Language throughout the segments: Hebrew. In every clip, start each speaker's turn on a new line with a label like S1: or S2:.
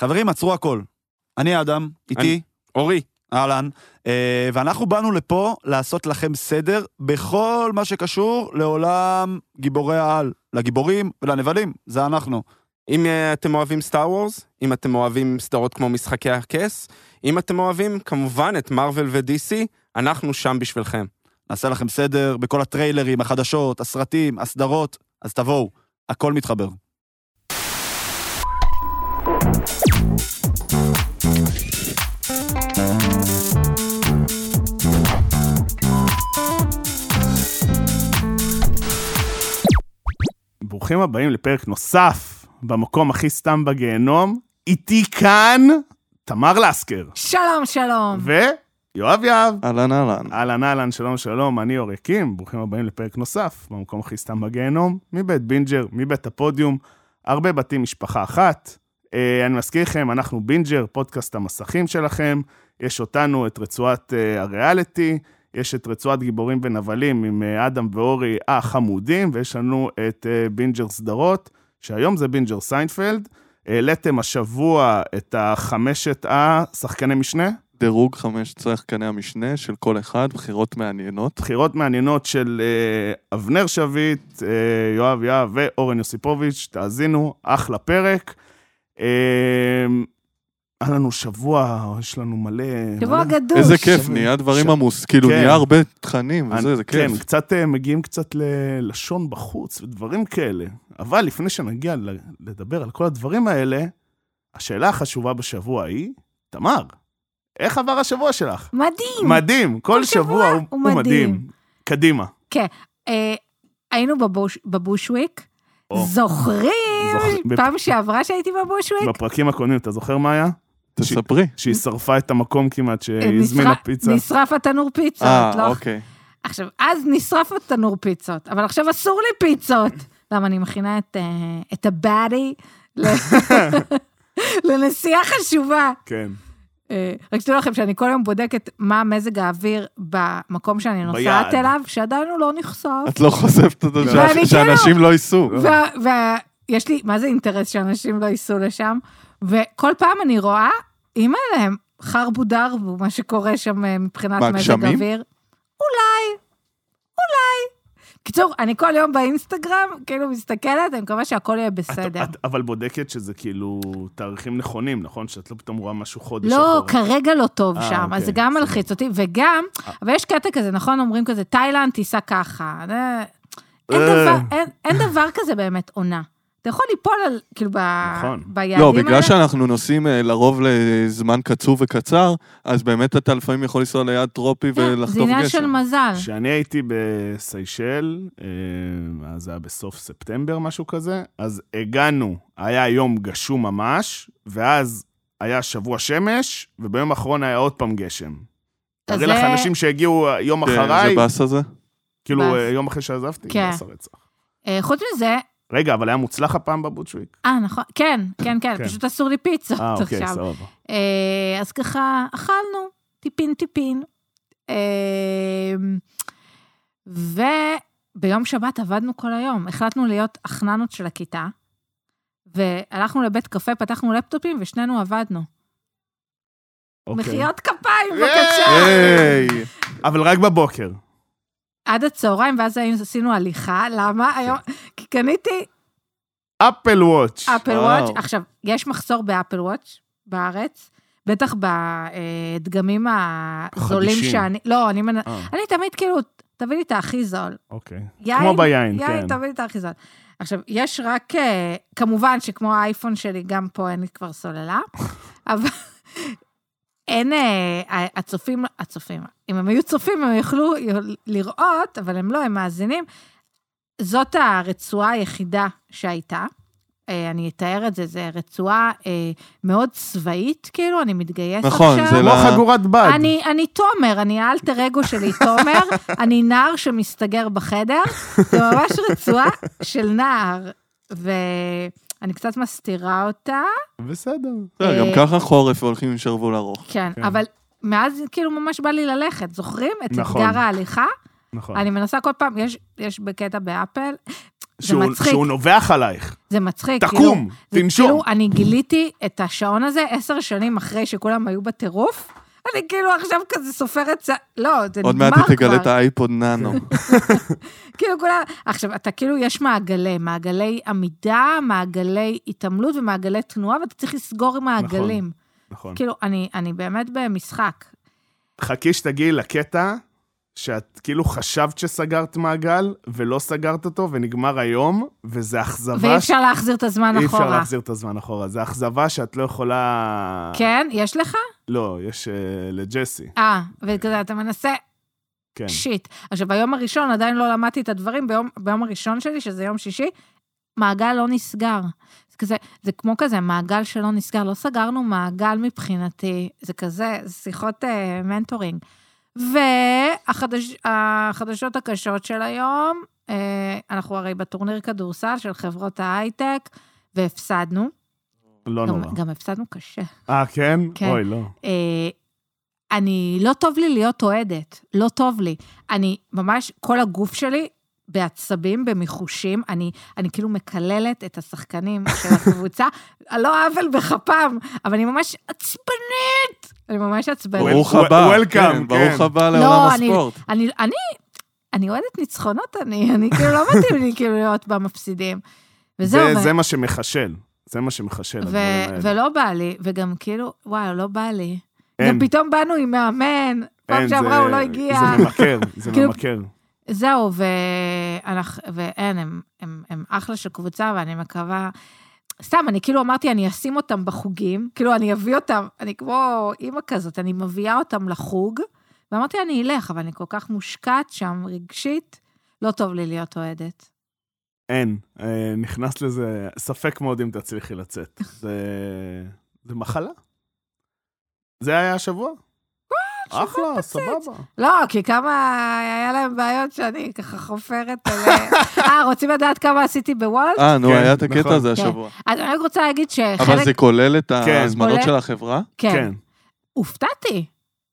S1: חברים, עצרו הכל. אני אדם, איתי,
S2: אני- אורי,
S1: אהלן, אה, ואנחנו באנו לפה לעשות לכם סדר בכל מה שקשור לעולם גיבורי העל, לגיבורים ולנבלים, זה אנחנו.
S2: אם אה, אתם אוהבים סטאר וורס, אם אתם אוהבים סדרות כמו משחקי הכס, אם אתם אוהבים כמובן את מארוול ו-DC, אנחנו שם בשבילכם.
S1: נעשה לכם סדר בכל הטריילרים, החדשות, הסרטים, הסדרות, אז תבואו, הכל מתחבר.
S3: ברוכים הבאים לפרק נוסף במקום הכי סתם בגיהנום. איתי כאן תמר לסקר
S4: שלום, שלום.
S3: ויואב יהב.
S5: אהלן אהלן.
S3: אהלן אהלן, שלום שלום, אני אור יקים, ברוכים הבאים לפרק נוסף במקום הכי סתם בגיהנום, מבית בינג'ר, מבית הפודיום, הרבה בתים משפחה אחת. אה, אני מזכיר לכם, אנחנו בינג'ר, פודקאסט המסכים שלכם, יש אותנו, את רצועת אה, הריאליטי, יש את רצועת גיבורים ונבלים עם אה, אדם ואורי החמודים, ויש לנו את אה, בינג'ר סדרות, שהיום זה בינג'ר סיינפלד. העליתם השבוע את החמשת השחקני משנה.
S5: דירוג חמש שחקני המשנה של כל אחד, בחירות מעניינות.
S3: בחירות מעניינות של אה, אבנר שביט, אה, יואב יהב ואורן יוסיפוביץ', תאזינו, אחלה פרק. אה, היה לנו שבוע, יש לנו מלא...
S4: שבוע
S3: מלא-
S4: גדוש.
S5: איזה כיף, נהיה דברים
S3: ש-
S5: עמוס, כאילו
S3: כן.
S5: נהיה הרבה תכנים
S3: אני-
S5: וזה, זה כיף.
S3: כן, קצת אה, מגיעים קצת ללשון בחוץ ודברים כאלה. אבל לפני שנגיע ל- לדבר על כל הדברים האלה, השאלה החשובה בשבוע היא, תמר, איך עבר השבוע שלך?
S4: מדהים.
S3: מדהים, כל שבוע הוא הוא מדהים. קדימה.
S4: אה, היינו בבוש- בבושוויק.
S3: או.
S4: זוכרים?
S3: זוכ-
S4: פעם שעברה שהייתי בבושוויק?
S3: בפרקים הקודמים, אתה זוכר מה היה?
S5: תספרי.
S3: שהיא שרפה את המקום כמעט, שהיא
S4: נשרף-
S3: אה, הזמינה פיצה.
S4: נשרף התנור פיצות,
S5: אה,
S4: לא?
S5: אוקיי.
S4: עכשיו, אז נשרף התנור פיצות, אבל עכשיו אסור לי פיצות. למה, אני מכינה את, אה, את הבאדי ל- לנסיעה חשובה.
S3: כן.
S4: אה, רק שתדעו לכם שאני כל יום בודקת מה מזג האוויר במקום שאני נוסעת
S3: ביעד.
S4: אליו, שעדיין הוא לא נחשף.
S5: את לא חושפת אותו
S3: לא.
S5: שה-
S4: ואני
S5: שאנשים לא ייסעו.
S4: ויש לי, מה זה אינטרס שאנשים לא ייסעו לשם? וכל פעם אני רואה, אימא להם, חרבו דרבו, מה שקורה שם אה, מבחינת
S5: מה,
S4: מזג
S5: גשמים?
S4: אוויר. אולי, אולי. קיצור, אני כל יום באינסטגרם, כאילו מסתכלת, אני מקווה שהכל יהיה בסדר.
S3: את, אבל בודקת שזה כאילו תאריכים נכונים, נכון? שאת לא פתאום רואה משהו חודש
S4: לא,
S3: אחורה.
S4: כרגע לא טוב
S3: אה,
S4: שם, אז זה
S3: אוקיי, אה.
S4: גם מלחיץ אותי, וגם, אבל יש קטע כזה, נכון? אומרים כזה, תאילנד תיסע ככה. זה- אין
S3: אה.
S4: דבר- אין- אין דבר כזה באמת עונה. אתה יכול ליפול על, כאילו, ב-
S3: נכון.
S4: ביעדים
S5: לא,
S4: האלה.
S5: בגלל שאנחנו נוסעים אה, לרוב לזמן קצוב וקצר, אז באמת אתה לפעמים יכול לנסוע ליד טרופי
S4: כן, זה
S5: ולחטוף
S4: עניין של
S5: גשם.
S4: מזל.
S3: כשאני הייתי בסיישל, אה, אז זה היה בסוף ספטמבר, משהו כזה, אז הגענו, היה יום גשום ממש, ואז היה שבוע שמש, וביום האחרון היה עוד פעם גשם.
S4: אז
S3: תראי לך
S4: זה-
S3: אנשים שהגיעו אה, יום
S5: כן,
S3: אחריי,
S5: זה באס הזה?
S3: כאילו
S4: באס.
S3: אה, יום אחרי שעזבתי,
S4: כן.
S3: באס הרצח.
S4: אה, חוץ מזה,
S3: רגע, אבל היה מוצלח הפעם בבוטשוויק?
S4: אה, נכון, כן, כן, כן,
S3: כן.
S4: פשוט אסור לי פיצות
S3: אה, אוקיי,
S4: עכשיו.
S3: סבבה.
S4: אה, אז ככה, אכלנו, טיפין טיפין. אה, וביום שבת עבדנו כל היום, החלטנו להיות אחננות של הכיתה, והלכנו לבית קפה, פתחנו לפטופים ושנינו עבדנו.
S3: אוקיי.
S4: מחיאות כפיים,
S3: היי!
S4: בבקשה.
S5: היי!
S3: אבל רק בבוקר.
S4: עד הצהריים, ואז היינו- עשינו הליכה, למה?
S3: כן.
S4: היום, כי קניתי
S3: אפל וואץ'.
S4: אפל
S5: וואו.
S4: וואץ', עכשיו, יש מחסור באפל וואץ' בארץ, בטח בדגמים הזולים
S3: החדישים.
S4: שאני... לא, אני מנ...
S3: אה,
S4: אני תמיד כאילו, תביא לי את הכי זול.
S3: אוקיי.
S4: יין,
S3: כמו ביין,
S4: יין,
S3: כן.
S4: תביא לי את הכי זול. עכשיו, יש רק... אה, כמובן שכמו האייפון שלי, גם פה אין לי כבר סוללה, אבל אין... אה, הצופים, הצופים, אם הם היו צופים, הם יכלו לראות, אבל הם לא, הם מאזינים. זאת הרצועה היחידה שהייתה. אה, אני אתאר את זה, זו רצועה אה, מאוד צבאית, כאילו, אני מתגייס
S5: נכון,
S4: עכשיו.
S5: זה
S3: כמו
S5: לא-
S3: חגורת בד.
S4: אני, אני תומר, אני האלטר אגו שלי תומר, אני נער שמסתגר בחדר, זה ממש רצועה של נער, ואני קצת מסתירה אותה,
S3: בסדר.
S5: בסדר, לא, גם
S4: אה,
S5: ככה חורף והולכים עם שרוול ארוך.
S4: כן,
S3: כן.
S4: אבל מאז כאילו ממש בא לי ללכת, זוכרים? את
S3: נכון.
S4: אתגר ההליכה?
S3: נכון.
S4: אני מנסה כל פעם, יש, יש בקטע באפל,
S3: שהוא-
S4: מצחיק.
S3: שהוא נובח עלייך.
S4: זה מצחיק.
S3: תקום,
S4: כאילו,
S3: תנשום.
S4: כאילו, אני גיליתי את השעון הזה עשר שנים אחרי שכולם היו בטירוף. אני כאילו עכשיו כזה סופרת... צ- לא, זה נגמר
S5: עוד
S4: כבר.
S5: מעט היא תגלה את האייפוד נאנו.
S4: כאילו כולם... עכשיו, אתה כאילו, יש מעגלי, מעגלי עמידה, מעגלי התעמלות ומעגלי תנועה, ואתה צריך לסגור מעגלים.
S3: נכון.
S4: כאילו, אני, אני באמת במשחק.
S3: חכי שתגיעי לקטע שאת כאילו חשבת שסגרת מעגל, ולא סגרת אותו, ונגמר היום, וזה
S4: ואי
S3: אכזבה... ש-
S4: אפשר להחזיר את הזמן
S3: אי אפשר
S4: אחורה.
S3: להחזיר את הזמן אחורה. זה אכזבה שאת לא יכולה...
S4: כן, יש לך?
S3: לא, יש אה, לג'סי,
S4: אה, וכזה, אתה מנסה,
S3: כן.
S4: שיט. עכשיו, ביום הראשון עדיין לא למדתי את הדברים, ביום, ביום הראשון שלי, שזה יום שישי, מעגל לא נסגר. זה כזה, זה כמו כזה, מעגל שלא נסגר. לא סגרנו מעגל מבחינתי, זה כזה, זה שיחות אה, מנטורינג. והחדשות והחדש, הקשות של היום, אה, אנחנו הרי בטורניר כדורסל של חברות ההייטק, והפסדנו.
S3: לא
S4: גם,
S3: נורא.
S4: גם הפסדנו קשה.
S3: אה, כן?
S4: כן.
S3: אוי, לא.
S4: אה, אני, לא טוב לי להיות אוהדת, לא טוב לי. אני ממש, כל הגוף שלי בעצבים, במיחושים, אני, אני כאילו מקללת את השחקנים של הקבוצה, על לא עוול בכפם, אבל אני ממש עצבנית, אני ממש עצבנית.
S5: ברוך
S3: Wel-
S5: הבא.
S3: welcome,
S5: כן, ברוך
S3: כן.
S5: הבא
S4: לא,
S5: לעולם
S4: אני-
S5: הספורט.
S4: אני, אני, אני אוהדת ניצחונות, אני, אני כאילו לא מתאים לי כאילו להיות במפסידים. וזהו,
S3: זה-
S4: ו-
S3: זה מה שמחשל. זה מה שמחשל,
S4: ו-
S3: הדברים האלה.
S4: ולא בא לי, וגם כאילו, וואו, לא בא לי.
S3: אין.
S4: גם פתאום באנו עם מאמן, פעם
S3: אין, זה-
S4: שעברה הוא לא הגיע.
S3: זה ממכר, זה
S4: כאילו-
S3: ממכר.
S4: זהו, ואנחנו, ואין, הם, הם, הם אחלה של קבוצה, ואני מקווה... סתם, אני כאילו אמרתי, אני אשים אותם בחוגים, כאילו, אני אביא אותם, אני כמו אימא כזאת, אני מביאה אותם לחוג, ואמרתי, אני אלך, אבל אני כל כך מושקעת שם רגשית, לא טוב לי להיות אוהדת.
S3: אין. אה, נכנס לזה, ספק מאוד אם תצליחי לצאת. זה זה מחלה. זה היה השבוע? אחלה, סבבה.
S4: לא, כי כמה, היה להם בעיות שאני ככה חופרת על... אה, רוצים לדעת כמה עשיתי בוולט?
S5: אה, נו,
S3: כן,
S5: היה את
S3: נכון.
S5: הקטע הזה
S4: כן.
S5: השבוע.
S4: אז אני רק רוצה להגיד שחלק...
S5: אבל זה כולל את
S3: כן.
S5: ההזמנות
S4: כולל-
S5: של החברה?
S4: כן.
S3: כן,
S4: הופתעתי,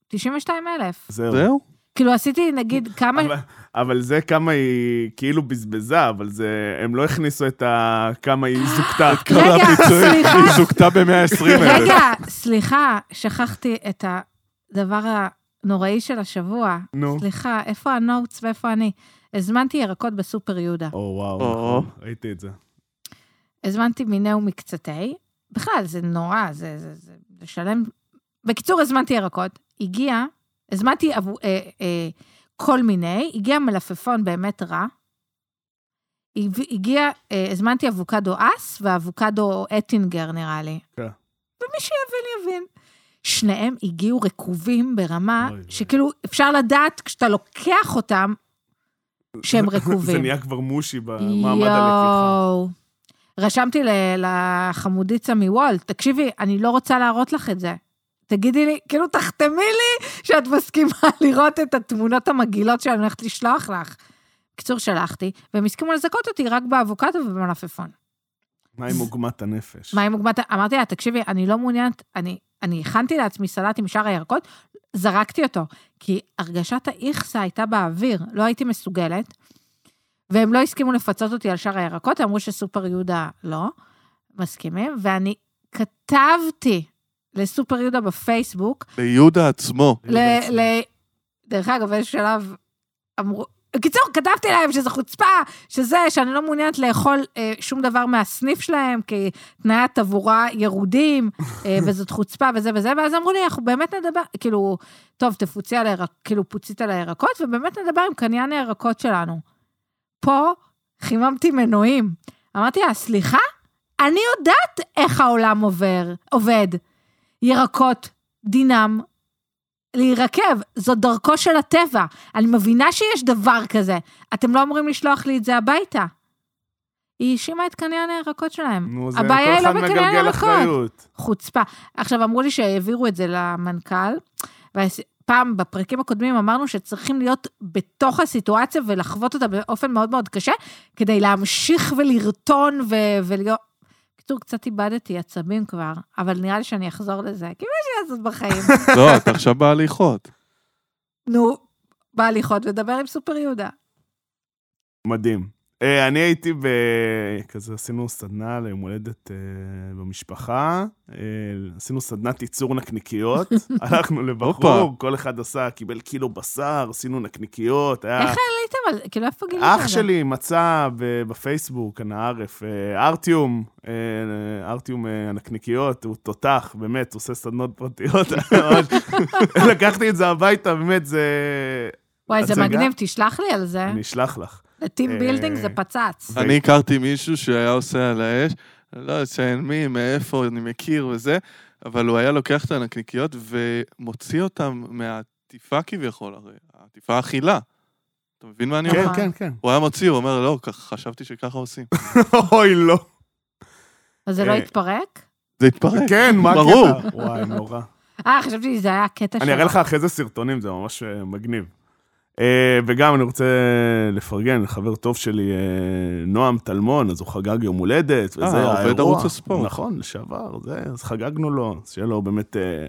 S4: 92 אלף.
S3: זהו.
S5: זהו?
S4: כאילו, עשיתי, נגיד, כמה...
S3: אבל- אבל זה כמה היא כאילו בזבזה, אבל זה, הם לא הכניסו את ה... כמה היא זוכתה.
S4: רגע, סליחה.
S5: היא זוכתה ב-120 אלף.
S4: רגע, סליחה, שכחתי את הדבר הנוראי של השבוע.
S3: נו.
S4: סליחה, איפה הנוטס ואיפה אני? הזמנתי ירקות בסופר יהודה.
S3: או וואו,
S5: או.
S3: נכון, ראיתי את זה.
S4: הזמנתי מיני ומקצתי. בכלל, זה נורא, זה, זה, זה לשלם. בקיצור, הזמנתי ירקות. הגיע, הזמנתי עבור, אה, אה, כל מיני, הגיע מלפפון באמת רע. הב- הגיע, אה, הזמנתי אבוקדו אס ואבוקדו אטינגר, נראה לי.
S3: כן.
S4: ומי שיבין, יבין. שניהם הגיעו רקובים ברמה
S3: אוי, אוי.
S4: שכאילו, אפשר לדעת כשאתה לוקח אותם, שהם רקובים.
S3: זה נהיה כבר מושי במעמד הלקיחה.
S4: יואו. רשמתי ל- לחמודיצה מוולט, תקשיבי, אני לא רוצה להראות לך את זה. תגידי לי, כאילו תחתמי לי שאת מסכימה לראות את התמונות המגעילות שאני הולכת לשלוח לך. בקיצור, שלחתי, והם הסכימו לזכות אותי רק באבוקדו ובמלפפון.
S3: מה עם עוגמת הנפש?
S4: מה עם עוגמת... אמרתי לה, תקשיבי, אני לא מעוניינת, אני, אני הכנתי לעצמי סלט עם שאר הירקות, זרקתי אותו, כי הרגשת האיכסה הייתה באוויר, לא הייתי מסוגלת, והם לא הסכימו לפצות אותי על שאר הירקות, אמרו שסופר יהודה לא מסכימים, ואני כתבתי לסופר יהודה בפייסבוק,
S5: ליהודה עצמו.
S4: ל... ל... דרך אגב, באיזשהו שלב אמרו... בקיצור, כתבתי להם שזה חוצפה, שזה, שאני לא מעוניינת לאכול אה, שום דבר מהסניף שלהם, כי תנאי התבורה ירודים, אה, וזאת חוצפה וזה וזה, ואז אמרו לי, אנחנו באמת נדבר, כאילו, טוב, תפוצי על הירק, כאילו, פוצית על הירקות, ובאמת נדבר עם קניין הירקות שלנו. פה חיממתי מנועים. אמרתי לה, סליחה, אני יודעת איך העולם עובר, עובד. ירקות, דינם, להירקב, זו דרכו של הטבע. אני מבינה שיש דבר כזה. אתם לא אמורים לשלוח לי את זה הביתה. היא האשימה את קניין הירקות שלהם.
S3: נו, זה
S4: הבעיה
S3: כל
S4: היא לא
S3: אחד
S4: בקניין
S3: מגלגל
S4: הירקות.
S3: אחריות.
S4: חוצפה. עכשיו, אמרו לי שהעבירו את זה למנכ"ל, ופעם בפרקים הקודמים אמרנו שצריכים להיות בתוך הסיטואציה ולחוות אותה באופן מאוד מאוד קשה, כדי להמשיך ולרטון ו- ולהיות... בקיצור, קצת איבדתי עצבים כבר, אבל נראה לי שאני אחזור לזה, כי מה יש לעשות בחיים?
S5: לא, את עכשיו בהליכות.
S4: נו, בהליכות, ודבר עם סופר יהודה.
S3: מדהים. אה, אני הייתי ב... כזה עשינו סדנה ליום הולדת אה, במשפחה, אה, עשינו סדנת ייצור נקניקיות, הלכנו לבחור,
S5: הופה.
S3: כל אחד עשה, קיבל קילו בשר, עשינו נקניקיות, היה...
S4: איך עליתם על זה? כאילו, איפה גיליתם על זה?
S3: אה. אח שלי מצא ב- בפייסבוק, הנערף, אה, ארטיום, אה, ארטיום אה, הנקניקיות, הוא תותח, באמת, עושה סדנות פרטיות. ממש. לקחתי את זה הביתה, באמת, זה...
S4: וואי, זה
S3: הצגה?
S4: מגניב, תשלח לי על זה.
S3: אני אשלח לך.
S4: לטים בילדינג
S3: אה,
S4: זה פצץ.
S3: ו-
S5: אני הכרתי מישהו שהיה עושה על האש, לא אציין מי, מאיפה, אני מכיר וזה, אבל הוא היה לוקח את הנקניקיות ומוציא אותן מהעטיפה כביכול, הרי העטיפה אכילה. אתה מבין מה אני אומר?
S3: כן,
S4: נכון.
S3: כן, כן.
S5: הוא היה מוציא, הוא אומר, לא, כך- חשבתי שככה עושים.
S3: אוי, לא.
S4: אז זה לא
S3: אה,
S4: התפרק?
S5: זה התפרק.
S3: כן, מה הקטע?
S5: ברור.
S3: וואי, נורא.
S4: אה, חשבתי שזה היה הקטע
S3: אני אראה לך אחרי זה סרטונים, זה ממש אה, מגניב. אה, וגם אני רוצה לפרגן, חבר טוב שלי, אה, נועם טלמון, אז הוא חגג יום הולדת, וזה
S5: אה, עובד
S3: האירוע.
S5: ערוץ הספורט.
S3: נכון, לשעבר, זה, אז חגגנו לו, אז שיהיה לו באמת אה,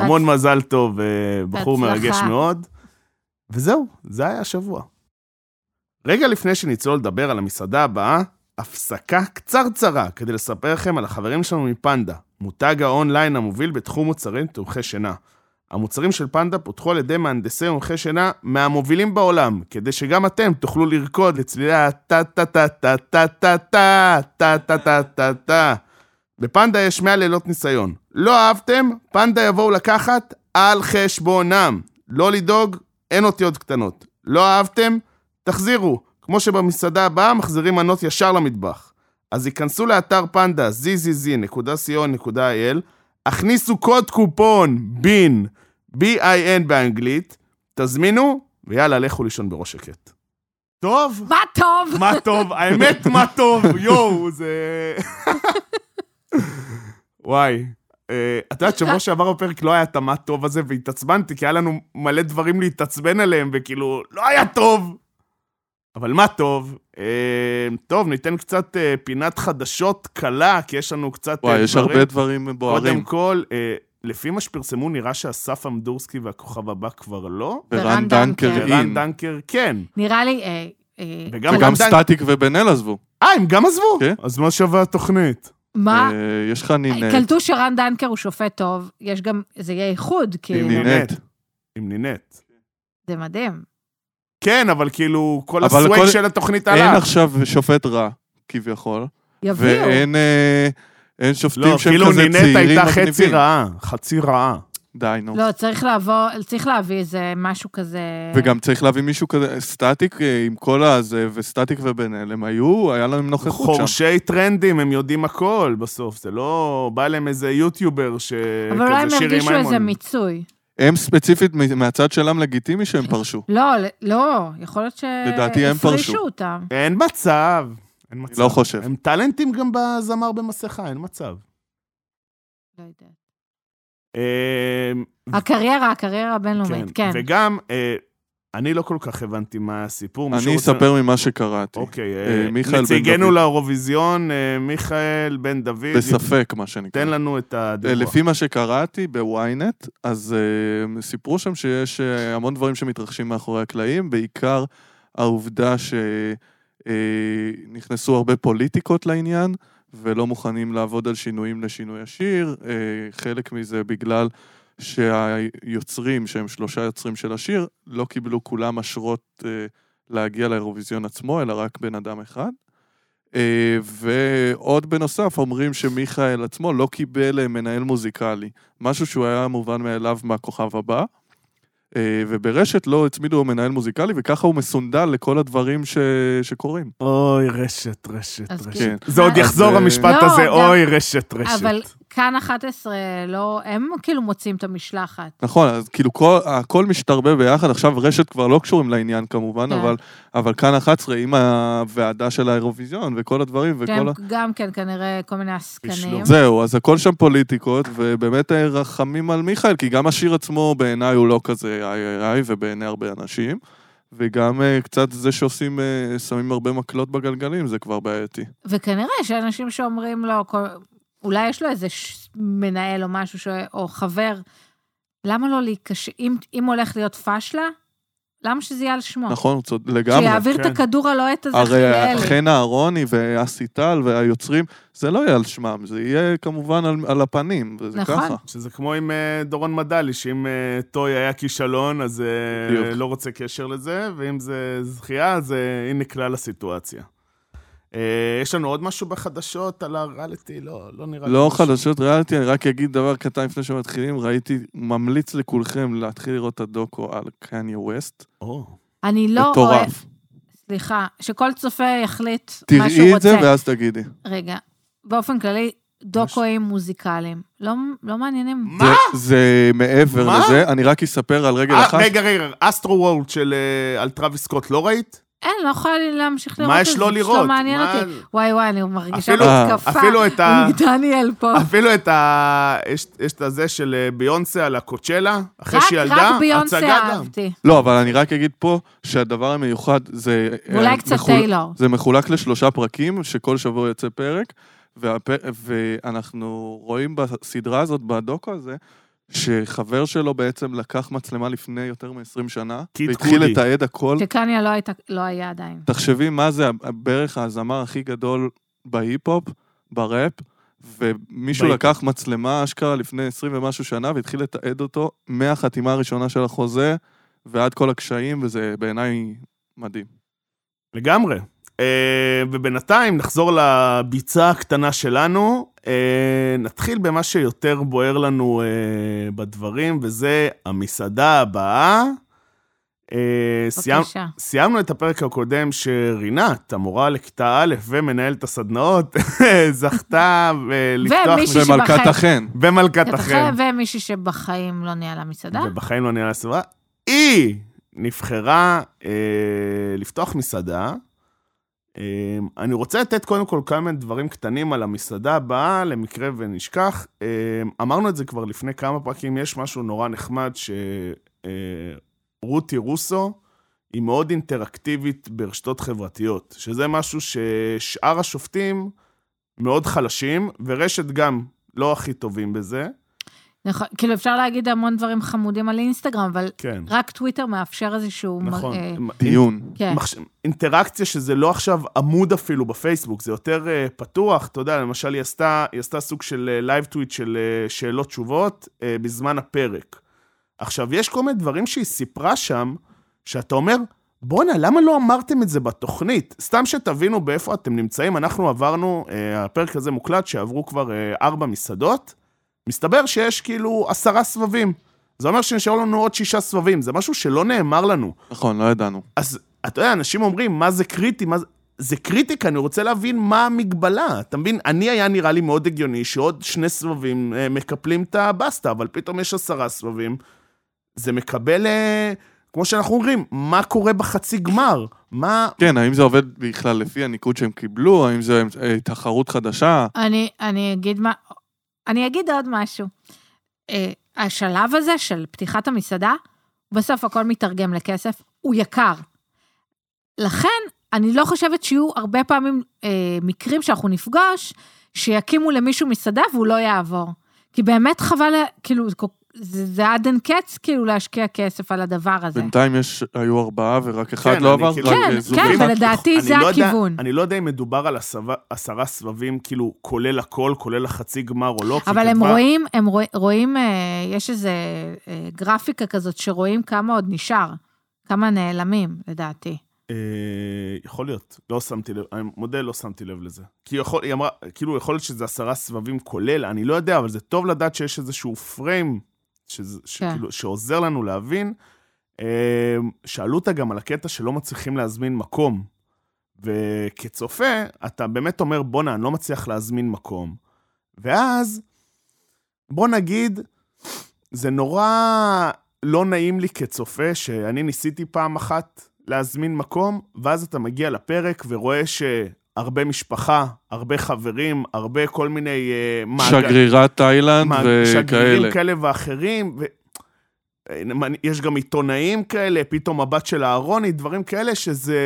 S3: המון מזל טוב, אה, בחור
S4: בהצלחה.
S3: מרגש מאוד. וזהו, זה היה השבוע. רגע לפני שנצלול לדבר על המסעדה הבאה, הפסקה קצרצרה כדי לספר לכם על החברים שלנו מפנדה, מותג האונליין המוביל בתחום מוצרים תומכי שינה. המוצרים של פנדה פותחו על ידי מהנדסי מומחי שינה מהמובילים בעולם, כדי שגם אתם תוכלו לרקוד לצלילי הטה-טה-טה-טה-טה-טה-טה-טה-טה-טה. בפנדה יש 100 לילות ניסיון. לא אהבתם? פנדה יבואו לקחת על חשבונם. לא לדאוג, אין אותיות קטנות. לא אהבתם? תחזירו. כמו שבמסעדה הבאה מחזירים מנות ישר למטבח. אז היכנסו לאתר פנדה, zzz.co.il, הכניסו קוד קופון בין, B-I-N באנגלית, תזמינו, ויאללה, לכו לישון בראש שקט. טוב,
S4: מה טוב!
S3: מה טוב, האמת מה טוב, יואו, זה... וואי. אה, את יודעת, שבוע שעבר בפרק לא היה את המה טוב הזה, והתעצבנתי, כי היה לנו מלא דברים להתעצבן עליהם, וכאילו, לא היה טוב. אבל מה טוב? אה, טוב, ניתן קצת אה, פינת חדשות קלה, כי יש לנו קצת אה,
S5: וואי, יש הרבה דברים
S3: קודם
S5: בוערים.
S3: כל, אה, לפי מה שפרסמו, נראה שאסף עמדורסקי והכוכב הבא כבר לא.
S5: ורן דנקר
S3: ורן
S5: אין.
S3: דנקר כן.
S4: נראה לי... אה, אה,
S3: וגם-
S5: וגם
S3: רן דנקר-
S5: סטטיק ובן אל עזבו.
S3: אה, הם גם עזבו?
S5: כן.
S3: אז מה שווה התוכנית?
S4: מה?
S5: אה, יש לך נינט.
S4: קלטו שרן דנקר הוא שופט טוב, יש גם... זה יהיה איחוד, כאילו.
S3: הנה.
S5: נינט.
S3: עם נינט.
S4: זה מדהים.
S3: כן, אבל כאילו, כל
S5: אבל
S3: הסוויג
S5: כל-
S3: של התוכנית
S5: אין
S3: עלה.
S5: עכשיו שופט רע, כביכול.
S4: יביאו.
S5: ואין אה, אין שופטים
S3: לא,
S5: שהם
S3: כאילו
S5: כזה צעירים
S3: נינט הייתה חצי
S5: מגניבים.
S3: רעה, חצי רעה.
S5: די, נו.
S4: לא, צריך לבוא, צריך להביא איזה משהו כזה...
S5: וגם צריך להביא מישהו כזה, סטטיק אה, עם כל הזה, וסטטיק ובן אל, הם היו, היה להם נוכחות שם.
S3: חורשי טרנדים, הם יודעים הכל בסוף, זה לא... בא להם איזה יוטיובר ש...
S5: אה,
S4: אבל אולי הם
S3: כזה שירי
S4: הרגישו איזה
S3: מימון.
S4: מיצוי.
S5: הם ספציפית מ- מהצד שלהם לגיטימי שהם פרשו.
S4: לא, לא, יכול להיות ש...
S5: לדעתי הם
S4: הפרישו
S5: פרשו.
S4: אותם.
S3: אין מצב. אין
S5: אני
S3: מצב.
S5: לא חושב.
S3: הם טאלנטים גם בזמר במסכה, אין מצב.
S5: כן.
S4: לא יודעת.
S3: אמ,
S4: הקריירה, הקריירה הבינלאומית, כן.
S3: וגם, אה, אני לא כל כך הבנתי מה הסיפור. מישהו
S5: אני
S3: רוצה-
S5: אספר ממה שקראתי.
S3: אוקיי,
S5: אה,
S3: אה,
S5: מיכאל בן
S3: נציגנו
S5: דוד.
S3: לאירוויזיון, אה, מיכאל בן דוד,
S5: בספק, מה שנקרא.
S3: תן לנו את
S5: אה,
S3: הדיווח.
S5: לפי מה שקראתי בוויינט, אז אה, הם סיפרו שם שיש אה, המון דברים שמתרחשים מאחורי הקלעים, בעיקר העובדה שנכנסו הרבה פוליטיקות לעניין, ולא מוכנים לעבוד על שינויים לשינוי השיר. אה, חלק מזה בגלל שהיוצרים, שהם שלושה יוצרים של השיר, לא קיבלו כולם אשרות אה, להגיע לאירוויזיון עצמו, אלא רק בן אדם אחד. אה, ועוד בנוסף, אומרים שמיכאל עצמו לא קיבל אה, מנהל מוזיקלי, משהו שהוא היה מובן מאליו מהכוכב הבא, אה, וברשת לא הצמידו לו מנהל מוזיקלי, וככה הוא מסונדל לכל הדברים ש... שקורים.
S3: אוי, רשת, רשת,
S4: אז
S3: רשת.
S4: כאילו-
S5: כן.
S3: זה עוד
S4: אז,
S3: יחזור
S5: אה,
S3: המשפט
S4: לא,
S3: הזה,
S4: גם-
S3: אוי, רשת, רשת.
S4: אבל כאן 11, לא, הם כאילו מוצאים את המשלחת.
S5: נכון, אז כאילו כל, הכל משתרבב ביחד, עכשיו רשת כבר לא קשורים לעניין כמובן,
S4: כן.
S5: אבל, אבל כאן 11 עם הוועדה של האירוויזיון וכל הדברים וכל
S4: שהם
S5: ה...
S4: גם כן כנראה כל מיני עסקנים.
S3: בישלו.
S5: זהו, אז הכל שם פוליטיקות, ובאמת אה, רחמים על מיכאל, כי גם השיר עצמו בעיניי הוא לא כזה איי איי איי, ובעיני הרבה אנשים, וגם אה, קצת זה שעושים, אה, שמים הרבה מקלות בגלגלים, זה כבר בעייתי.
S4: וכנראה שאנשים שאומרים לו, כל- אולי יש לו איזה ש... מנהל או משהו, ש... או חבר, למה לא להיקשר, אם, אם הולך להיות פשלה, למה שזה יהיה על שמו?
S5: נכון, הוא צודק, לגמרי.
S4: שיעביר את
S3: כן.
S4: הכדור הלוהט הזה
S5: הרי אה,
S4: חיאלי.
S5: חן אהרוני ואסי טל והיוצרים, זה לא יהיה על שמם, זה יהיה כמובן על, על הפנים, וזה
S4: נכון.
S5: ככה.
S3: שזה כמו עם אה, דורון מדלי, שאם אה, טוי היה כישלון, אז אה,
S5: בדיוק.
S3: לא רוצה קשר לזה, ואם זה זכייה, אז אה, הנה כלל הסיטואציה. אה, יש לנו עוד משהו בחדשות על הריאליטי? לא, לא נראה לי.
S5: לא
S3: משהו.
S5: חדשות ריאליטי, אני רק אגיד דבר קטן לפני שמתחילים, ראיתי, ממליץ לכולכם להתחיל לראות את הדוקו על קניה ווסט.
S3: או.
S4: אני לא אוהב...
S5: מטורף.
S4: סליחה, שכל צופה יחליט מה שהוא
S5: תראי את זה
S4: רוצה.
S5: ואז תגידי.
S4: רגע, באופן כללי, דוקואים מוזיקליים. לא, לא מעניינים.
S3: מה?
S5: זה- זה מעבר
S3: מה?
S5: לזה, אני רק אספר על רגל
S3: אה,
S5: אחת.
S3: רגע, רגע, אסטרו וורד של אה, על טראביס סקוט לא ראית?
S4: אין, לא יכולה לי להמשיך לראות
S3: מה
S4: את
S3: יש
S4: זה,
S3: לא
S4: פשוט
S3: לראות?
S4: לא מעניין
S3: מה-
S4: אותי. וואי וואי, אני מרגישה
S3: אפילו-
S4: מתקפה.
S3: אפילו את ה-
S4: מדניאל פה.
S3: אפילו את ה... יש- יש את הזה של אה, ביונסה על הקוצ'לה, אחרי
S4: רק-
S3: שהיא ילדה,
S4: רק ביונסה
S3: הצגה גם.
S4: אהבתי.
S5: לא, אבל אני רק אגיד פה שהדבר המיוחד זה... אה,
S3: כן,
S4: ואולי קצת
S3: נכון.
S5: מחול-
S4: טיילור.
S5: זה מחולק לשלושה פרקים, שכל שבוע יוצא פרק, והפ... ואנחנו רואים בסדרה הזאת, בדוקו הזה, שחבר שלו בעצם לקח מצלמה לפני יותר מ-20 שנה,
S3: קיד
S5: והתחיל
S3: קודי.
S5: לתעד הכל.
S4: שקניה לא הייתה, לא היה עדיין.
S5: תחשבי מה זה בערך הזמר הכי גדול בהיפ-הופ, בראפ, ומישהו
S3: בהיפ-הופ.
S5: לקח מצלמה אשכרה לפני 20 ומשהו שנה והתחיל לתעד אותו מהחתימה הראשונה של החוזה ועד כל הקשיים, וזה בעיניי מדהים.
S3: לגמרי. אה, ובינתיים נחזור לביצה הקטנה שלנו. אה, נתחיל במה שיותר בוער לנו אה, בדברים, וזה המסעדה הבאה.
S4: אוקיי.
S3: אה, סיימ-
S4: בבקשה.
S3: סיימנו את הפרק הקודם שרינת, המורה לכיתה א' ומנהלת הסדנאות, זכתה אה, לפתוח
S4: ומישהי
S3: ב-
S4: שבחיים.
S5: ומלכת החן.
S3: במלכת
S4: אחרי
S3: החן.
S4: אה, ומישהי שבחיים לא ניהלה מסעדה.
S3: ובחיים לא נראה לסביבה. היא נבחרה אה, לפתוח מסעדה. אה, אני רוצה לתת קודם כל כמה דברים קטנים על המסעדה הבאה, למקרה ונשכח. אה, אמרנו את זה כבר לפני כמה פרקים, יש משהו נורא נחמד שרותי רוסו היא מאוד אינטראקטיבית ברשתות חברתיות, שזה משהו ששאר השופטים מאוד חלשים, ורשת גם לא הכי טובים בזה.
S4: נכון, כאילו אפשר להגיד המון דברים חמודים על אינסטגרם, אבל
S3: כן.
S4: רק טוויטר מאפשר איזשהו... מ-
S3: נכון.
S4: אה,
S5: דיון.
S4: כן.
S3: מחש... אינטראקציה שזה לא עכשיו עמוד אפילו בפייסבוק, זה יותר אה, פתוח. אתה יודע, למשל, היא עשתה, היא עשתה סוג של לייב טוויט של אה, שאלות-תשובות אה, בזמן הפרק. עכשיו, יש כל מיני דברים שהיא סיפרה שם, שאתה אומר, בואנה, למה לא אמרתם את זה בתוכנית? סתם שתבינו באיפה אתם נמצאים, אנחנו עברנו, אה, הפרק הזה מוקלט, שעברו כבר אה, ארבע מסעדות, מסתבר שיש כאילו עשרה סבבים. זה אומר שנשארו לנו עוד שישה סבבים, זה משהו שלא נאמר לנו.
S5: נכון, לא ידענו.
S3: אז אתה יודע, אנשים אומרים, מה זה קריטי? מה זה... זה קריטי, כי אני רוצה להבין מה המגבלה. אתה מבין? אני היה נראה לי מאוד הגיוני שעוד שני סבבים אה, מקפלים את הבסטה, אבל פתאום יש עשרה סבבים. זה מקבל, אה, כמו שאנחנו אומרים, מה קורה בחצי גמר? מה...
S5: כן, האם זה עובד בכלל לפי הניקוד שהם קיבלו? האם זה אה, תחרות חדשה?
S4: אני, אני אגיד מה... אני אגיד עוד משהו. אה, השלב הזה של פתיחת המסעדה, בסוף הכל מתרגם לכסף, הוא יקר. לכן, אני לא חושבת שיהיו הרבה פעמים אה, מקרים שאנחנו נפגוש, שיקימו למישהו מסעדה והוא לא יעבור. כי באמת חבל, לה- כאילו, זה כל- זה, זה עד אין קץ, כאילו, להשקיע כסף על הדבר הזה.
S5: בינתיים יש, היו ארבעה ורק אחד
S3: כן,
S5: לא
S3: אני
S5: עבר?
S3: כאילו-
S5: רק,
S4: כן,
S5: אה, זוג
S4: כן,
S5: אחד.
S4: ולדעתי
S3: אני
S4: זה
S3: לא יודע-
S4: הכיוון.
S3: אני לא יודע אם מדובר על הסבב- עשרה סבבים, כאילו, כולל הכל, כולל החצי גמר או לא. כי
S4: אבל הם
S3: כתבה-
S4: רואים, הם רוא- רואים, אה, יש איזו גרפיקה כזאת שרואים כמה עוד נשאר, כמה נעלמים, לדעתי.
S3: אה, יכול להיות, לא שמתי לב, אני מודה, לא שמתי לב לזה. כי יכול, היא אמרה, כאילו, יכול להיות שזה עשרה סבבים כולל, אני לא יודע, אבל זה טוב לדעת שיש איזשהו פריים שזה, שכאילו, שעוזר לנו להבין. אה, שאלו אותה גם על הקטע שלא מצליחים להזמין מקום. וכצופה, אתה באמת אומר, בואנה, אני לא מצליח להזמין מקום. ואז, בוא נגיד, זה נורא לא נעים לי כצופה, שאני ניסיתי פעם אחת להזמין מקום, ואז אתה מגיע לפרק ורואה שהרבה משפחה, הרבה חברים, הרבה כל מיני... אה, מעגל-
S5: שגרירת תאילנד
S3: מה-
S5: וכאלה.
S3: שגרירים כאלה ואחרים, ו... יש גם עיתונאים כאלה, פתאום הבת של אהרוני, דברים כאלה שזה...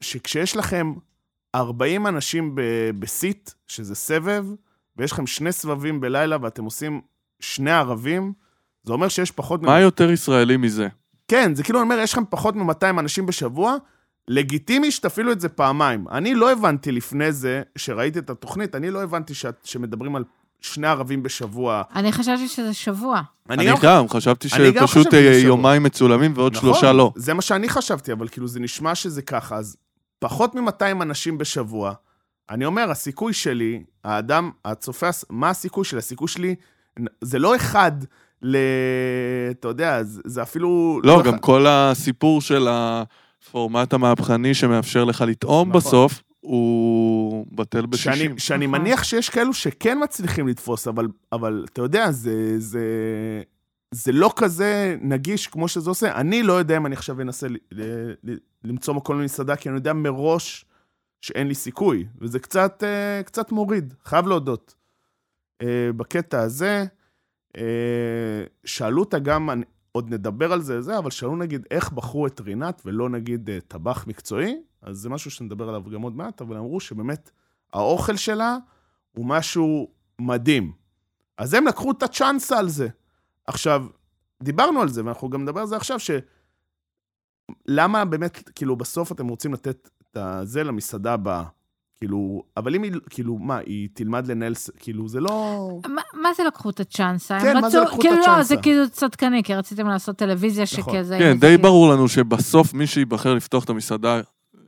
S3: שכשיש לכם 40 אנשים ב... בסיט, שזה סבב, ויש לכם שני סבבים בלילה ואתם עושים שני ערבים, זה אומר שיש פחות...
S5: מה יותר ישראלי מזה?
S3: כן, זה כאילו, אני אומר, יש לכם פחות מ-200 אנשים בשבוע, לגיטימי שתפעילו את זה פעמיים. אני לא הבנתי לפני זה, שראיתי את התוכנית, אני לא הבנתי ש... שמדברים על שני ערבים בשבוע.
S4: אני חשבתי שזה שבוע.
S5: אני
S3: גם-
S5: גם, חשבתי
S3: אני גם
S5: שפשוט
S3: חשבתי
S5: אה,
S3: בשבוע.
S5: יומיים מצולמים ועוד
S3: נכון,
S5: שלושה לא.
S3: זה מה שאני חשבתי, אבל כאילו, זה נשמע שזה ככה. אז פחות מ-200 אנשים בשבוע. אני אומר, הסיכוי שלי, האדם, הצופה, הס- מה הסיכוי שלי? הסיכוי שלי, נ- זה לא אחד ל... אתה יודע, זה, זה אפילו...
S5: לא,
S3: אחד-
S5: גם כל הסיפור של הפורמט המהפכני שמאפשר לך לטעום
S3: נכון.
S5: בסוף, הוא בטל
S3: שאני,
S5: בשישים.
S3: שאני
S4: נכון.
S3: מניח שיש כאלו שכן מצליחים לתפוס, אבל, אבל אתה יודע, זה, זה, זה לא כזה נגיש כמו שזה עושה. אני לא יודע אם אני עכשיו אנסה ל, ל, ל, למצוא מקום למסעדה, כי אני יודע מראש שאין לי סיכוי, וזה קצת, אה, קצת מוריד, חייב להודות. אה, בקטע הזה, אה, שאלו אותה גם, אני- עוד נדבר על זה, זה, אבל שאלו נגיד איך בחרו את רינת ולא נגיד אה, טבח מקצועי, אז זה משהו שנדבר עליו גם עוד מעט, אבל אמרו שבאמת האוכל שלה הוא משהו מדהים. אז הם לקחו את הצ'אנס על זה. עכשיו, דיברנו על זה, ואנחנו גם נדבר על זה עכשיו, ש... למה באמת, כאילו, בסוף אתם רוצים לתת את זה למסעדה הבאה? כאילו, אבל אם היא, כאילו, מה, היא תלמד לנהל, ס- כאילו, זה לא...
S4: מה- מה זה לקחו את הצ'אנסה? הם
S3: כן, מה זה
S4: רצו-
S3: לקחו את
S4: כאילו, לא,
S3: הצ'אנסה?
S4: זה כאילו צדקני, כי רציתם לעשות טלוויזיה
S3: נכון.
S4: שכזה...
S5: כן,
S4: זה
S5: די
S4: כאילו-
S5: ברור לנו שבסוף מי שיבחר לפתוח את המסעדה, אה,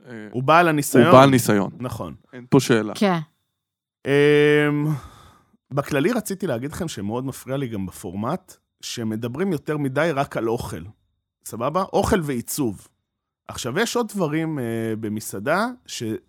S5: הוא
S3: הוא בעל הניסיון.
S5: בעל ניסיון.
S3: נכון.
S5: אין פה שאלה.
S4: כן.
S3: אמ, בכללי רציתי להגיד לכם שמאוד מפריע לי גם בפורמט, שמדברים יותר מדי רק על אוכל. סבבה? אוכל ועיצוב. עכשיו, יש עוד דברים אה, במסעדה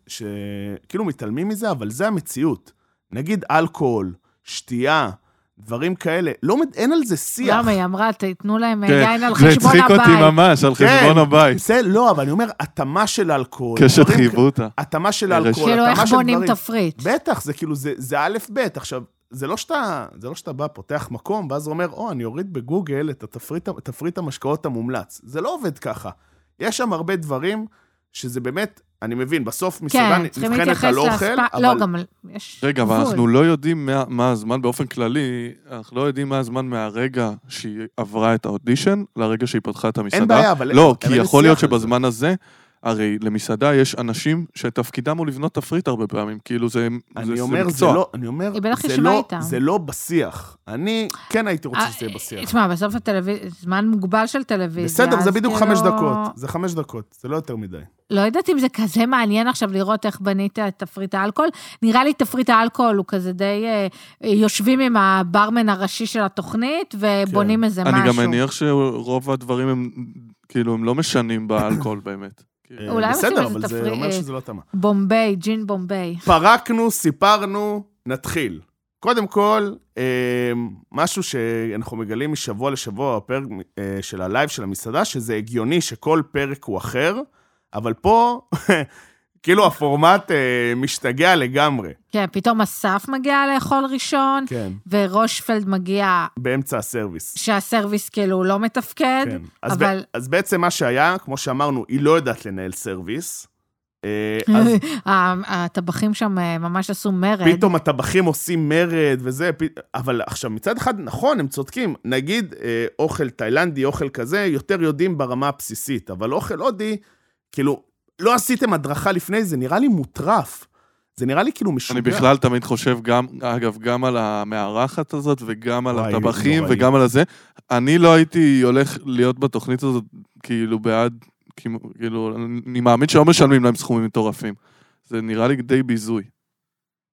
S3: שכאילו מתעלמים מזה, אבל זה המציאות. נגיד אלכוהול, שתייה, דברים כאלה. לא, מד- אין על זה שיח.
S4: למה היא אמרה, תיתנו להם אה,
S5: כן,
S4: יין על
S5: זה
S4: חשבון
S5: הצחיק אותי
S4: הבית.
S5: ממש,
S3: כן.
S5: על חשבון הבית.
S3: זה לא, אבל אני אומר, התאמה של אלכוהול.
S5: קשת
S3: דברים כ-
S5: חייבו אותה.
S3: התאמה של
S5: כאילו,
S3: אלכוהול,
S4: כאילו,
S3: התאמה של דברים.
S4: איך בונים תפריט.
S3: בטח, זה כאילו, זה, זה א' ב'. עכשיו, זה לא שאתה, זה לא שאתה בא, פותח מקום, ואז אומר, או, אני אוריד בגוגל את התפריט, תפריט המשקאות המומלץ. זה לא עובד ככה. יש שם הרבה דברים שזה באמת, אני מבין, בסוף מסעדה
S4: כן, צריכים
S3: נבחנת
S4: להתייחס
S3: על אוכל,
S4: לאספה...
S3: אבל...
S4: לא, גם יש
S5: רגע, אבל
S4: גבול.
S5: אנחנו לא יודעים מה- מה הזמן, באופן כללי, אנחנו לא יודעים מה הזמן מהרגע שהיא עברה את האודישן לרגע שהיא פתחה את המסעדה.
S3: בעיה, אבל-
S5: לא,
S3: אבל
S5: כי
S3: אין
S5: יכול להיות
S3: שיח על זה.
S5: שבזמן הזה, הרי למסעדה יש אנשים שתפקידם הוא לבנות תפריט הרבה פעמים, כאילו זה זה-
S3: אני
S5: זה
S3: אומר, זה
S5: מקצוע.
S3: לא, אני אומר,
S4: היא בטח
S3: זה
S4: ישבה
S3: לא,
S4: איתם.
S3: זה לא בשיח. אני כן הייתי רוצה שזה יהיה
S4: אה,
S3: בשיח.
S4: תשמע, בסוף הטלוויזיה, זמן מוגבל של טלוויזיה.
S3: בסדר, זה
S4: אז
S3: בדיוק
S4: כאילו-
S3: חמש דקות. זה חמש דקות, זה לא יותר מדי.
S4: לא יודעת אם זה כזה מעניין עכשיו לראות איך בנית את תפריט האלכוהול. נראה לי תפריט האלכוהול הוא כזה די... אה, יושבים עם הברמן הראשי של התוכנית ובונים
S3: כן.
S4: איזה משהו.
S5: אני גם מניח שרוב הדברים הם, כאילו, הם לא משנים באלכוהול באמת.
S3: אה,
S4: אולי הם עושים
S3: בסדר,
S4: איזה
S3: אבל זה
S4: תפריט-
S3: אומר
S4: אה,
S3: שזה לא התאמה.
S4: בומביי, ג'ין בומביי.
S3: פרקנו, סיפרנו, נתחיל. קודם כל, אה, משהו שאנחנו מגלים משבוע לשבוע בפרק אה, של הלייב של המסעדה, שזה הגיוני שכל פרק הוא אחר, אבל פה, כאילו הפורמט אה, משתגע לגמרי.
S4: כן, פתאום אסף מגיע לאכול ראשון,
S3: כן.
S4: ורושפלד מגיע
S3: באמצע הסרוויס.
S4: שהסרוויס כאילו לא מתפקד.
S3: כן. אז, אבל...
S4: אבל-
S3: ב- אז בעצם מה שהיה, כמו שאמרנו, היא לא יודעת לנהל סרוויס. אה, אז
S4: ה- הטבחים שם אה, ממש עשו מרד.
S3: פתאום הטבחים עושים מרד וזה, פ... אבל עכשיו מצד אחד, נכון, הם צודקים, נגיד אה, אוכל תאילנדי, אוכל כזה, יותר יודעים ברמה הבסיסית, אבל אוכל הודי, כאילו, לא עשיתם הדרכה לפני, זה נראה לי מוטרף. זה נראה לי כאילו משוגע.
S5: אני בכלל תמיד חושב גם, אגב, גם על המארחת הזאת וגם על
S3: וואי,
S5: הטבחים
S3: נוראי.
S5: וגם על הזה. אני לא הייתי הולך להיות בתוכנית הזאת כאילו בעד, כמו- כאילו, אני מאמין שלא משלמים להם סכומים מטורפים. זה נראה לי די ביזוי.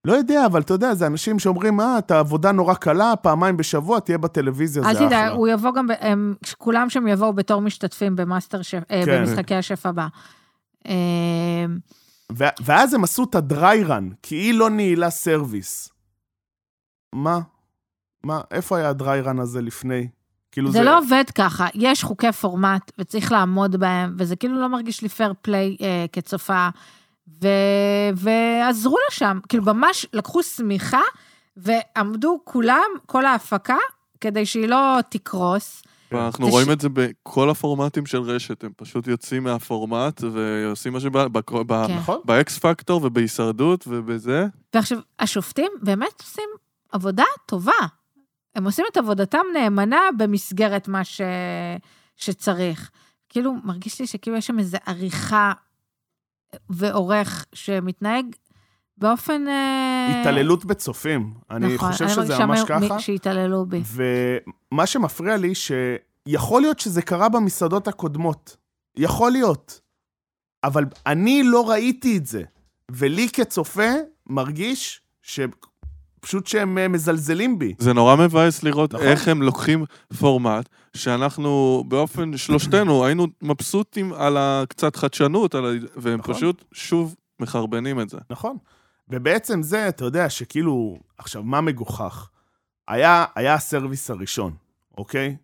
S3: לא יודע, אבל אתה יודע, זה אנשים שאומרים, אה, את העבודה נורא קלה, פעמיים בשבוע, תהיה בטלוויזיה, זה
S4: אל
S3: אחלה.
S4: תדאג, הוא יבוא גם, ב- הם, כולם שם יבואו בתור משתתפים במאסטר שף, אה,
S3: כן.
S4: במשחקי השף הבא. אה,
S3: ו- ואז הם עשו את הדריירן, כי היא לא ניהלה סרוויס. מה? מה? איפה היה הדריירן הזה לפני? כאילו
S4: זה לא עובד ככה, יש חוקי פורמט וצריך לעמוד בהם, וזה כאילו לא מרגיש לי פייר פליי אה, כצופה, ו... ועזרו לה שם, כאילו ממש לקחו שמיכה ועמדו כולם, כל ההפקה, כדי שהיא לא תקרוס.
S3: כן.
S5: אנחנו
S4: זה
S5: רואים
S4: ש-
S5: את זה בכל הפורמטים של רשת, הם פשוט יוצאים מהפורמט ועושים מה שבא, בכ- ב-
S4: כן.
S3: נכון?
S5: באקס פקטור ובהישרדות ובזה.
S4: ועכשיו, השופטים באמת עושים עבודה טובה. הם עושים את עבודתם נאמנה במסגרת מה ש... שצריך. כאילו, מרגיש לי שכאילו יש שם איזו עריכה ועורך שמתנהג באופן... אה,
S3: התעללות בצופים. אני
S4: נכון,
S3: חושב
S4: אני
S3: שזה
S4: מרגישה
S3: ממש
S4: מ-
S3: ככה.
S4: מ- שהתעללו בי.
S3: ומה שמפריע לי, שיכול להיות שזה קרה במסעדות הקודמות. יכול להיות. אבל אני לא ראיתי את זה. ולי כצופה מרגיש שפשוט שהם אה, מזלזלים בי.
S5: זה נורא מבאס לראות
S3: נכון.
S5: נכון. איך הם לוקחים פורמט שאנחנו באופן, שלושתנו היינו מבסוטים על הקצת חדשנות, על ה... והם
S3: נכון.
S5: נכון. פשוט שוב מחרבנים את זה.
S3: נכון. ובעצם זה, אתה יודע, שכאילו, עכשיו, מה מגוחך? היה, היה הסרוויס הראשון, אוקיי?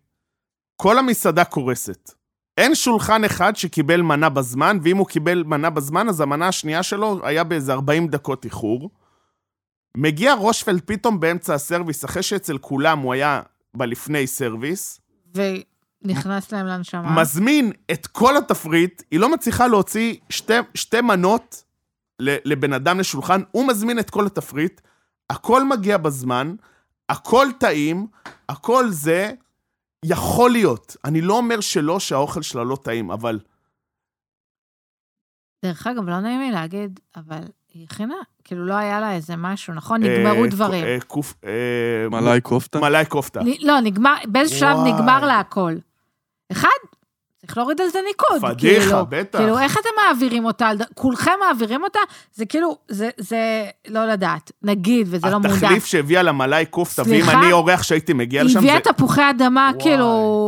S3: כל המסעדה קורסת. אין שולחן אחד שקיבל מנה בזמן, ואם הוא קיבל מנה בזמן, אז המנה השנייה שלו היה באיזה 40 דקות איחור. מגיע רושפלד פתאום באמצע הסרוויס, אחרי שאצל כולם הוא היה בלפני סרוויס,
S4: ונכנס להם לנשמה.
S3: מזמין את כל התפריט, היא לא מצליחה להוציא שתי, שתי מנות ל- לבן אדם לשולחן, הוא מזמין את כל התפריט, הכל מגיע בזמן, הכל טעים, הכל זה יכול להיות. אני לא אומר שלא, שהאוכל שלה לא טעים, אבל
S4: דרך אגב, לא נעים לי להגיד, אבל היא הכינה, כאילו לא היה לה איזה משהו, נכון?
S3: אה,
S4: נגמרו
S3: ק-
S4: דברים.
S3: אה, קוף... אה,
S5: מלאי קופטה?
S3: מלאי קופטה.
S4: נ- לא, נגמר, באיזשהו שלב
S3: וואי.
S4: נגמר לה הכל. אחד, צריך להוריד על זה ניקוד.
S3: פדיחה,
S4: כאילו,
S3: בטח.
S4: כאילו, איך אתם מעבירים אותה? על ד- כולכם מעבירים אותה? זה כאילו, זה, זה לא לדעת. נגיד, וזה לא מודע.
S3: התחליף שהביאה לה מלאי קופטה, ואם
S4: סליחה?
S3: אני אורח שהייתי מגיע
S4: היא
S3: לשם,
S4: הביאה
S3: זה...
S4: תפוחי אדמה,
S3: וואי.
S4: כאילו...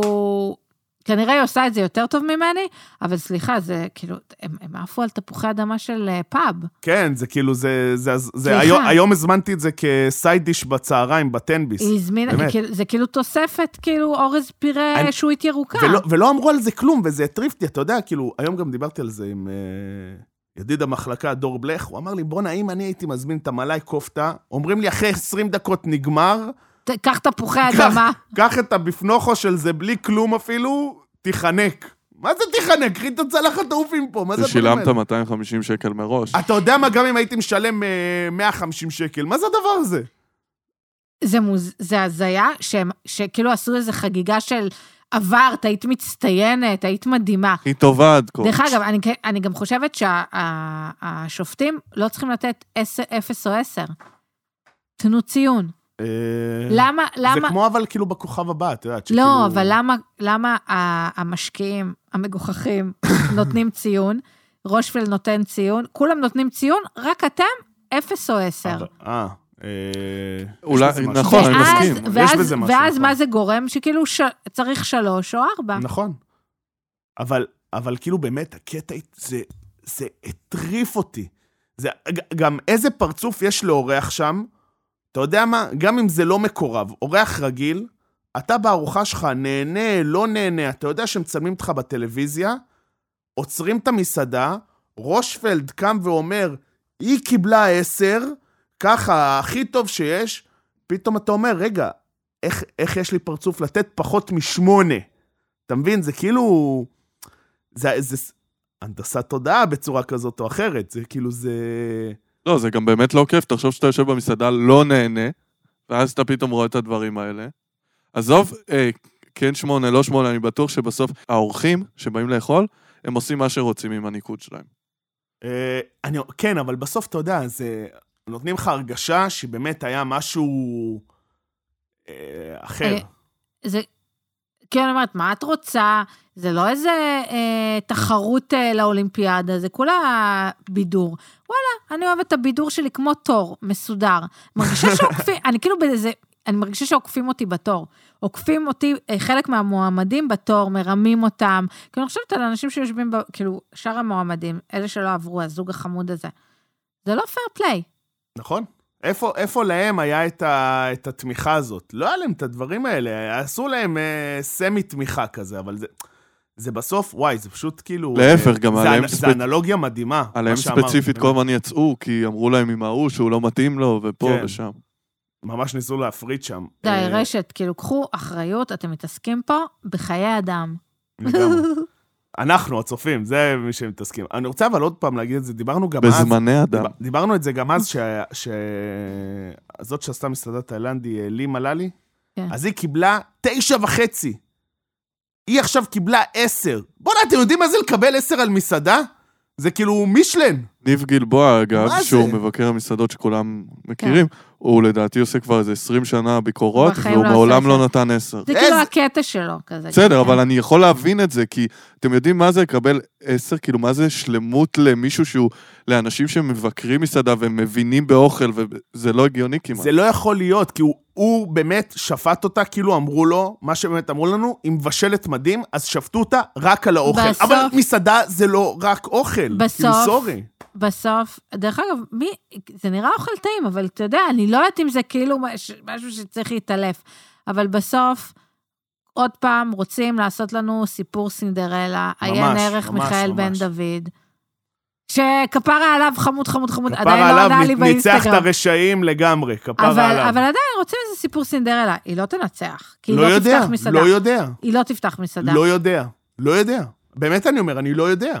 S4: כנראה היא עושה את זה יותר טוב ממני, אבל סליחה, זה כאילו, הם הם עפו על תפוחי אדמה של אה, פאב.
S3: כן, זה כאילו, זה... זה, זה,
S4: סליחה.
S3: היום, היום הזמנתי את זה כסייד דיש בצהריים, בטנביס.
S4: היא הזמינה,
S3: באמת.
S4: כאילו- זה כאילו תוספת, כאילו אורז
S3: אני-
S4: פירה שועית ירוקה.
S3: ולא, ולא אמרו על זה כלום, וזה הטריף אותי, אתה יודע, כאילו, היום גם דיברתי על זה עם אה, ידיד המחלקה, דור בלך, הוא אמר לי, בואנה, אם אני הייתי מזמין את המלאי קופטה, אומרים לי, אחרי 20 דקות נגמר,
S4: ת- קח תפוחי
S3: קח-
S4: אדמה.
S3: קח את הביפנוכו של זה בלי כלום אפילו, תיחנק. מה זה תיחנק? קחי את הצלחת העופים פה, מה זה הדברים
S5: ששילמת
S3: האלה? אה,
S5: 250 שקל מראש.
S3: אתה יודע מה, גם אם הייתי משלם אה, 150 שקל, מה זה הדבר הזה?
S4: זה, מוז... זה הזיה שהם, שכאילו עשו איזו חגיגה של עברת, היית מצטיינת, היית מדהימה.
S5: הכי טובה עד כה.
S4: דרך אגב, אני, כ- אני גם חושבת שהשופטים לא צריכים לתת 10, 0 או 10. תנו ציון.
S3: אה,
S4: למה,
S3: כן. זה
S4: למה,
S3: כמו כאילו- אבל כאילו בכוכב הבא, את יודעת, שכאילו...
S4: לא, אבל למה, למה ה- המשקיעים המגוחכים נותנים ציון, רושפלד נותן ציון, כולם נותנים ציון, רק אתם 0 או 10.
S3: אבל- אה, אה...
S5: אולי-
S3: יש לזה משהו.
S5: נכון, אני
S4: ואז-
S5: מסכים.
S3: יש
S4: ואז-
S3: בזה משהו,
S4: ואז
S3: נכון.
S4: מה זה גורם? שכאילו ש- צריך שלוש או ארבע.
S3: נכון. אבל, אבל כאילו באמת, הקטע, זה, זה הטריף אותי. זה, ג- גם איזה פרצוף יש לאורח שם, אתה יודע מה? גם אם זה לא מקורב, אורח רגיל, אתה בארוחה שלך נהנה, לא נהנה, אתה יודע שמצלמים אותך בטלוויזיה, עוצרים את המסעדה, רושפלד קם ואומר, היא קיבלה עשר, ככה, הכי טוב שיש, פתאום אתה אומר, רגע, איך, איך יש לי פרצוף לתת פחות משמונה? אתה מבין? זה כאילו... זה, זה ס- הנדסת תודעה בצורה כזאת או אחרת. זה כאילו, זה...
S5: לא, זה גם באמת לא כיף, תחשוב שאתה יושב במסעדה, לא נהנה, ואז אתה פתאום רואה את הדברים האלה. עזוב, אה, כן שמונה, לא שמונה, אני בטוח שבסוף האורחים שבאים לאכול, הם עושים מה שרוצים עם הניקוד שלהם.
S3: אה, אני, כן, אבל בסוף, אתה יודע, זה... נותנים לך הרגשה שבאמת היה משהו אה, אחר.
S4: אה, זה, כאילו אני אומרת, מה את רוצה? זה לא איזה אה, תחרות אה, לאולימפיאדה, זה כולה בידור. וואלה, אני אוהבת את הבידור שלי כמו תור, מסודר. מרגישה שעוקפים, אני כאילו באיזה, אני מרגישה שעוקפים אותי בתור. עוקפים אותי, אה, חלק מהמועמדים בתור, מרמים אותם. כאילו, אני חושבת על אנשים שיושבים, ב, כאילו, שאר המועמדים, אלה שלא עברו, הזוג החמוד הזה. זה לא פייר פליי.
S3: נכון. איפה, איפה להם היה את, ה, את התמיכה הזאת? לא היה להם את הדברים האלה, עשו להם אה, סמי תמיכה כזה, אבל זה, זה בסוף, וואי, זה פשוט כאילו...
S5: להפך,
S3: אה,
S5: גם
S3: זה,
S5: עליהם
S3: אנ-
S5: ספצ-
S3: זה אנלוגיה מדהימה, מה
S5: עליהם
S3: שאמרת, באמת.
S5: ספציפית כל הזמן יצאו, כי אמרו להם עם ההוא שהוא לא מתאים לו, ופה
S3: כן.
S5: ושם.
S3: ממש ניסו להפריד שם.
S4: די,
S3: אה,
S4: רשת, כאילו, קחו אחריות, אתם מתעסקים פה בחיי אדם.
S3: לגמרי. אנחנו, הצופים, זה מי שמתעסקים. אני רוצה אבל עוד פעם להגיד את זה, דיברנו גם אז...
S5: בזמני אדם.
S3: דיב- דיברנו את זה גם אז, ש... ש... זאת שעשתה מסעדה תאילנדי, אה, לי מלאלי,
S4: כן.
S3: אז היא קיבלה תשע וחצי. היא עכשיו קיבלה 10. בוא'נה, אתם יודעים מה זה לקבל 10 על מסעדה? זה כאילו מישלן.
S5: ניב גלבוע, אגב,
S3: מה זה?
S5: שהוא מבקר המסעדות שכולם מכירים, הוא לדעתי עושה כבר איזה 20 שנה ביקורות,
S4: כן. בחיים
S5: והוא
S4: לא עשה את
S5: מעולם
S4: זה.
S5: לא נתן 10.
S4: זה כאילו
S3: איזה-
S4: הקטע שלו, כזה.
S5: בסדר,
S4: כן.
S5: אבל אני יכול להבין את זה, כי אתם יודעים מה זה לקבל 10? כאילו, מה זה שלמות למישהו שהוא... לאנשים שמבקרים מסעדה ומבינים באוכל, וזה לא הגיוני כמעט.
S3: זה לא יכול להיות, כי הוא, הוא באמת שפט אותה, כאילו אמרו לו, מה שבאמת אמרו לנו, היא מבשלת מדהים, אז שפטו אותה רק על האוכל.
S4: בסוף-
S3: אבל מסעדה זה לא רק אוכל.
S4: בסוף-
S3: כאילו, סורי.
S4: בסוף, דרך אגב, מי, זה נראה אוכל טעים, אבל אתה יודע, אני לא יודעת אם זה כאילו מש- משהו שצריך להתעלף. אבל בסוף, עוד פעם, רוצים לעשות לנו סיפור סינדרלה, עיין ערך
S3: ממש,
S4: מיכאל בן
S3: ממש.
S4: דוד, שכפרה עליו חמוד חמוד חמוד,
S3: כפרה
S4: עדיין לא ענה לי
S3: נ- ניצח את
S4: באינסטגרם.
S3: הרשעים לגמרי, כפרה
S4: אבל,
S3: עליו.
S4: אבל עדיין רוצים איזה סיפור סינדרלה, היא לא תנצח, כי היא
S3: לא
S4: לא,
S3: יודע,
S4: תפתח מסעדה.
S3: לא יודע,
S4: היא לא תפתח מסעדה.
S3: לא יודע, לא יודע. באמת אני אומר, אני לא יודע.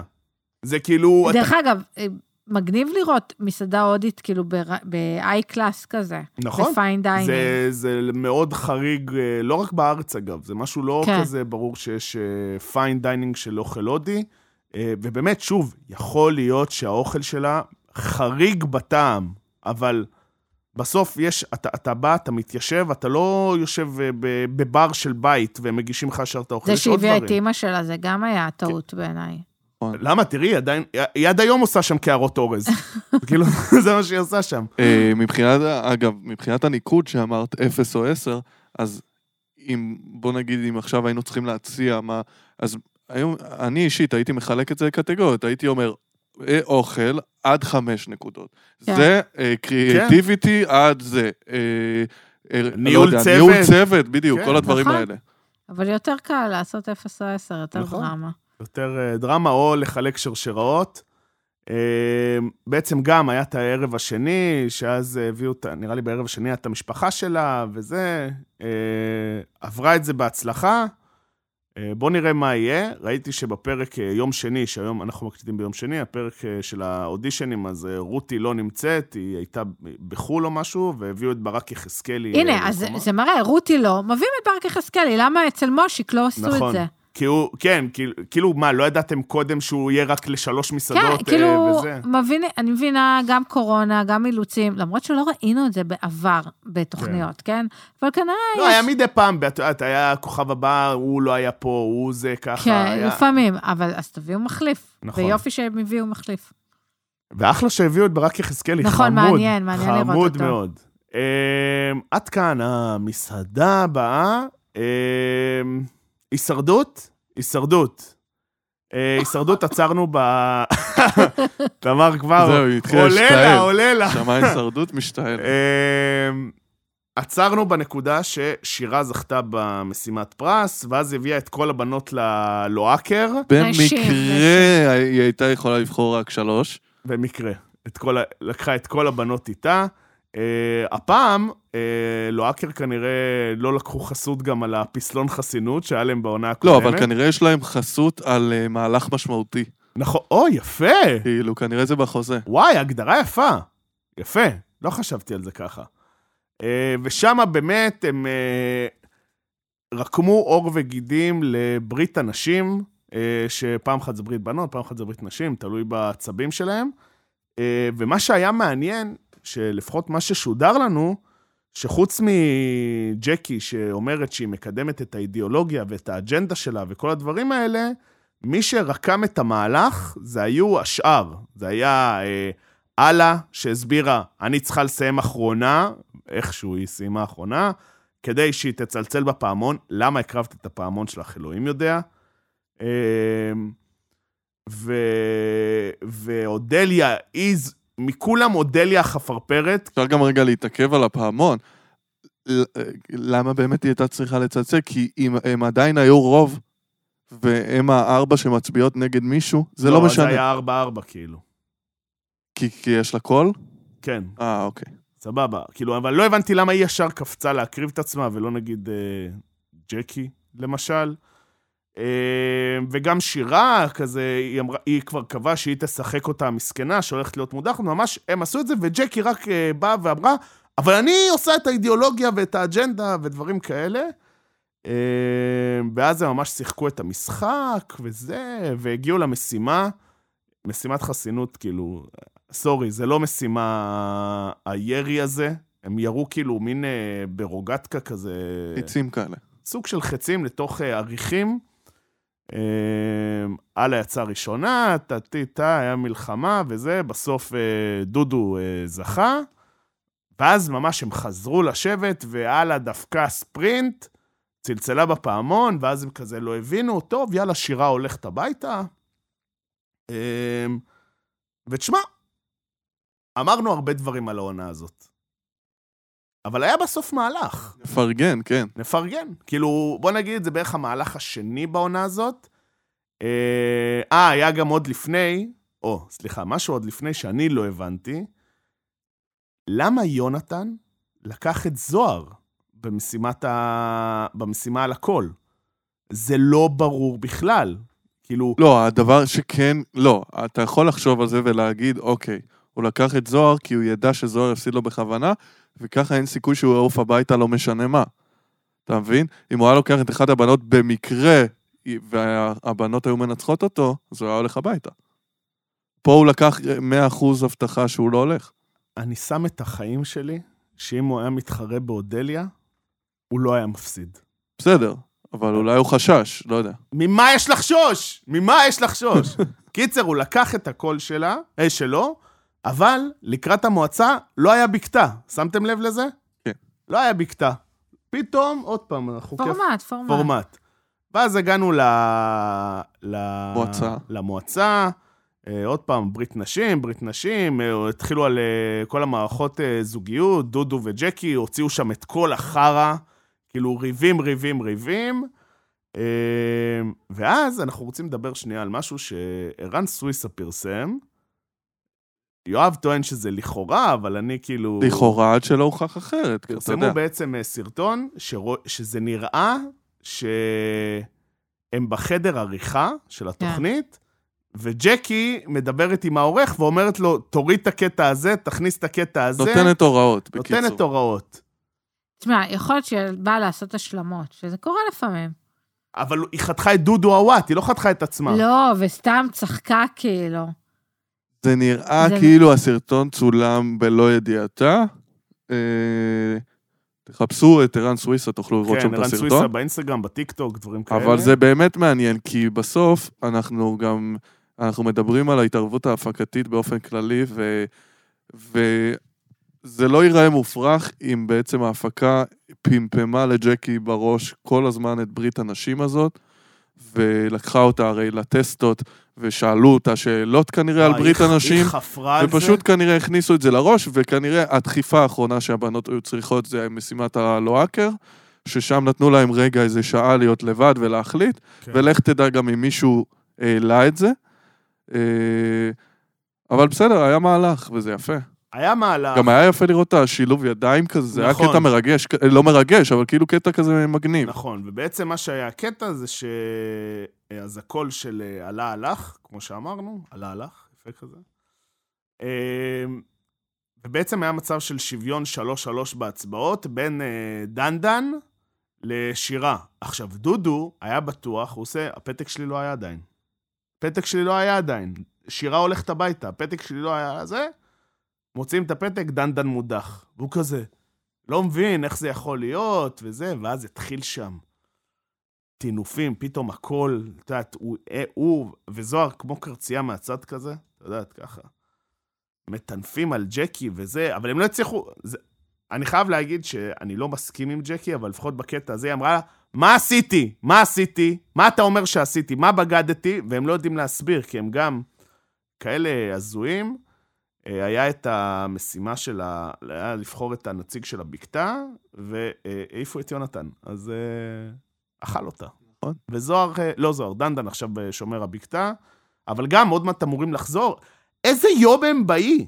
S3: זה כאילו... אתה-
S4: דרך אגב, אה, מגניב לראות מסעדה הודית כאילו ב-i class כזה.
S3: נכון.
S4: בפיין דיינינג.
S3: זה, זה מאוד חריג, אה, לא רק בארץ אגב, זה משהו לא כן.
S4: כן.
S3: כזה ברור שיש פיין דיינינג של אוכל הודי. אה, ובאמת, שוב, יכול להיות שהאוכל שלה חריג בטעם, אבל בסוף יש, אתה, אתה בא, אתה מתיישב, אתה לא יושב אה, ב- בבר של בית והם מגישים לך ישר את האוכל,
S4: זה
S3: יש עוד
S4: שהביאה
S3: דברים. כן.
S4: את אימא שלה, זה גם היה טעות בעיניי.
S3: למה? תראי, היא עדיין, היא עד היום עושה שם קערות אורז. כאילו, זה מה שהיא עושה שם.
S5: אה, מבחינת, אגב, מבחינת הניקוד שאמרת, 0 או 10, אז אם, בוא נגיד, אם עכשיו היינו צריכים להציע מה, אז היום, אני אישית הייתי מחלק את זה לקטגוריות, הייתי אומר, אה, אוכל עד 5 נקודות.
S4: כן.
S5: זה קריאטיביטי עד זה. אה, אה, לא
S3: כן. ניהול
S5: יודע,
S3: צוות.
S5: ניהול צוות, בדיוק,
S3: כן,
S5: כל הדברים
S4: נכון.
S5: האלה.
S4: אבל יותר קל לעשות 0 או 10, יותר
S3: נכון.
S4: דרמה.
S3: יותר אה, דרמה, או לחלק שרשראות. אה, בעצם גם היה את הערב השני, שאז אה, הביאו אותה, נראה לי בערב השני היה את המשפחה שלה וזה, אה, עברה את זה בהצלחה. אה, בואו נראה מה יהיה. ראיתי שבפרק אה, יום שני, שהיום אנחנו מקליטים ביום שני, הפרק אה, של האודישנים, אז אה, רותי לא נמצאת, היא הייתה בחו"ל או משהו, והביאו את ברק יחזקאלי. אה,
S4: הנה, אז
S3: במקומה.
S4: זה מראה, רותי לא, מביאים את ברק יחזקאלי, למה אצל מושיק לא עשו
S3: נכון.
S4: את זה?
S3: כי הוא, כן, כאילו, כאילו, מה, לא ידעתם קודם שהוא יהיה רק לשלוש מסעדות אה,
S4: כן, כאילו,
S3: וזה?
S4: מבין, אני מבינה גם קורונה, גם אילוצים, למרות שלא ראינו את זה בעבר בתוכניות, כן? אבל כנראה
S3: לא, היה מדי פעם, את יודעת, היה הכוכב הבא, הוא לא היה פה, הוא זה ככה.
S4: כן,
S3: היה...
S4: לפעמים, אבל אז תביאו מחליף.
S3: נכון.
S4: ויופי שהם הביאו מחליף.
S3: ואחלה שהביאו את ברק יחזקאלי,
S4: נכון,
S3: חמוד.
S4: מעניין, מעניין לראות
S3: חמוד
S4: אותו.
S3: מאוד. אמ, עד כאן המסעדה הבאה. אמ, הישרדות? הישרדות. אה, הישרדות עצרנו ב... תמר כבר,
S5: זהו, היא התחילה
S3: עולה לה,
S5: להשתעל.
S3: עולה לה.
S5: שמע הישרדות משתעל.
S3: אמ, עצרנו בנקודה ששירה זכתה במשימת פרס, ואז הביאה את כל הבנות ללואקר,
S4: נשים,
S5: במקרה, היא הייתה יכולה לבחור רק שלוש.
S3: במקרה. את כל ה... לקחה את כל הבנות איתה. אה, הפעם, אה, לואקר כנראה לא לקחו חסות גם על הפסלון חסינות שהיה להם בעונה
S5: לא,
S3: הקודמת.
S5: אבל כנראה יש להם חסות על אה, מהלך משמעותי.
S3: נכון, או, יפה!
S5: כאילו, כנראה זה בחוזה.
S3: וואי, הגדרה יפה. יפה, לא חשבתי על זה ככה. אה, ושם באמת הם אה, רקמו עור וגידים לברית הנשים, אה, שפעם אחת זה ברית בנות, פעם אחת זה ברית נשים, תלוי בעצבים שלהם. אה, ומה שהיה מעניין, שלפחות מה ששודר לנו, שחוץ מג'קי שאומרת שהיא מקדמת את האידיאולוגיה ואת האג'נדה שלה וכל הדברים האלה, מי שרקם את המהלך זה היו השאר. זה היה אה, אללה שהסבירה, אני צריכה לסיים אחרונה, איכשהו היא סיימה אחרונה, כדי שהיא תצלצל בפעמון. למה הקרבת את הפעמון שלך, אלוהים יודע. אה, ו... ואודליה איז, מכולם אודליה החפרפרת,
S5: אפשר גם רגע להתעכב על הפעמון. ל- אה, למה באמת היא הייתה צריכה לצלצל? כי אם הם עדיין היו רוב, והם הארבע שמצביעות נגד מישהו, זה לא
S3: זה
S5: משנה.
S3: היה 4-4 כאילו.
S5: כי כי יש לה קול?
S3: כן,
S5: אה, אוקיי.
S3: סבבה. כאילו, אבל לא הבנתי למה היא ישר קפצה להקריב את עצמה, ולא נגיד אה, ג'קי, למשל. אה, וגם שירה, כזה, היא, אמרה, היא כבר קבעה שהיא תשחק אותה המסכנה, שהולכת להיות מודחת, ממש הם עשו את זה, וג'קי רק אה, באה ואמרה, אבל אני עושה את האידיאולוגיה ואת האג'נדה ודברים כאלה. אה, ואז הם ממש שיחקו את המשחק וזה, והגיעו למשימה, משימת חסינות, כאילו, סורי, זה לא משימה, הירי הזה. הם ירו כאילו מין אה, ברוגטקה כזה...
S5: חיצים כאלה.
S3: סוג של חצים לתוך אה, אריחים. אה, הלאה יצאה ראשונה, טה-טה-טה, היה מלחמה וזה, בסוף אה, דודו אה, זכה. ואז ממש הם חזרו לשבת, והלאה דפקה ספרינט, צלצלה בפעמון, ואז הם כזה לא הבינו, טוב, יאללה, שירה הולכת הביתה. אה, ותשמע, אמרנו הרבה דברים על העונה הזאת. אבל היה בסוף מהלך.
S5: לפרגן, כן.
S3: נפרגן. כאילו, בוא נגיד, זה בערך המהלך השני בעונה הזאת. אה, אה, היה גם עוד לפני, או, סליחה, משהו עוד לפני שאני לא הבנתי. למה יונתן לקח את זוהר במשימת ה... במשימה על הכל? זה לא ברור בכלל. כאילו,
S5: לא, הדבר שכן, לא, אתה יכול לחשוב על זה ולהגיד, אוקיי, הוא לקח את זוהר כי הוא ידע שזוהר יפסיד לו בכוונה, וככה אין סיכוי שהוא יעוף הביתה לא משנה מה. אתה מבין? אם הוא היה לוקח את אחת הבנות במקרה, והבנות היו מנצחות אותו, אז הוא היה הולך הביתה. פה הוא לקח 100% הבטחה שהוא לא הולך.
S3: אני שם את החיים שלי, שאם הוא היה מתחרה באודליה, הוא לא היה מפסיד.
S5: בסדר,
S3: אה.
S5: אבל אולי הוא חשש, לא יודע.
S3: ממה יש לחשוש? ממה יש לחשוש? קיצר, הוא לקח את הקול שלה, אה, שלו, אבל לקראת המועצה לא היה בקתה. שמתם לב לזה?
S5: כן.
S3: לא היה בקתה. פתאום, עוד פעם, אנחנו כיף.
S4: פורמט, פורמט.
S3: פורמט. ואז הגענו ל... ל...
S5: מועצה.
S3: למועצה. אה, עוד פעם, ברית נשים, ברית נשים, אה, התחילו על אה, כל המערכות אה, זוגיות, דודו וג'קי הוציאו שם את כל החרא, כאילו ריבים, ריבים, ריבים. אה, ואז אנחנו רוצים לדבר שנייה על משהו שערן סוויסה פרסם. יואב טוען שזה לכאורה, אבל אני כאילו...
S5: לכאורה עד שלא הוכח אחרת, כי אתה יודע.
S3: פרסמו בעצם אה, סרטון שרוא, שזה נראה שהם בחדר עריכה של התוכנית, וג'קי מדברת עם העורך ואומרת לו, תוריד את הקטע הזה, תכניס את הקטע הזה.
S5: נותנת הוראות, בקיצור.
S3: נותנת הוראות.
S4: תשמע, יכול להיות שהיא באה לעשות השלמות, שזה קורה לפעמים.
S3: אבל היא חתכה את דודו הוואט, היא לא חתכה את עצמה.
S4: לא, וסתם צחקה כאילו.
S5: זה נראה
S4: זה-
S5: כאילו הסרטון צולם בלא ידיעתה. אה, תחפשו את ערן סוויסה, תוכלו לראות שם
S3: כן,
S5: את
S3: ערן סוויסה
S5: הסרטון.
S3: באינסטגרם, בטיקטוק, דברים כאלה.
S5: אבל זה באמת מעניין, כי בסוף אנחנו גם, אנחנו מדברים על ההתערבות ההפקתית באופן כללי, ו... וזה לא ייראה מופרך אם בעצם ההפקה פמפמה לג'קי בראש כל הזמן את ברית הנשים הזאת, ולקחה אותה הרי לטסטות, ושאלו אותה שאלות כנראה על
S3: אה,
S5: ברית
S3: היא-
S5: הנשים.
S3: היא חפרה על זה.
S5: ופשוט כנראה הכניסו את זה לראש, וכנראה הדחיפה האחרונה שהבנות היו צריכות זה משימת הלואקר, ששם נתנו להם רגע איזה שעה להיות לבד ולהחליט,
S3: כן.
S5: ולך תדע גם אם מישהו העלה את זה. אה, אבל בסדר, היה מהלך, וזה יפה.
S3: היה מהלך.
S5: גם היה יפה לראות את השילוב ידיים כזה, זה היה
S3: נכון.
S5: קטע מרגש, כ- לא מרגש, אבל כאילו קטע כזה מגניב.
S3: נכון, ובעצם מה שהיה הקטע זה ש... אז הקול של אה, עלה הלך, כמו שאמרנו, עלה הלך, יפה כזה. אה, ובעצם היה מצב של שוויון 3-3 בהצבעות בין אה, דנדן לשירה. עכשיו, דודו היה בטוח, הוא עושה, הפתק שלי לא היה עדיין. הפתק שלי לא היה עדיין. שירה הולכת הביתה, הפתק שלי לא היה זה. מוצאים את הפתק, דנדן מודח. והוא כזה, לא מבין איך זה יכול להיות, וזה, ואז התחיל שם. טינופים, פתאום הכל, את יודעת, הוא, אה, הוא וזוהר כמו קרצייה מהצד כזה, את יודעת, ככה. מטנפים על ג'קי וזה, אבל הם לא הצליחו... זה, אני חייב להגיד שאני לא מסכים עם ג'קי, אבל לפחות בקטע הזה היא אמרה לה, מה עשיתי? מה עשיתי? מה אתה אומר שעשיתי? מה בגדתי? והם לא יודעים להסביר, כי הם גם כאלה הזויים. אה, היה את המשימה של ה... היה לבחור את הנציג של הבקתה, והעיפו את יונתן. אז אה, אכל אותה.
S5: נכון.
S3: וזוהר, אה, לא זוהר, דנדן עכשיו אה, שומר הבקתה, אבל גם עוד מעט אמורים לחזור. איזה יום הם באי!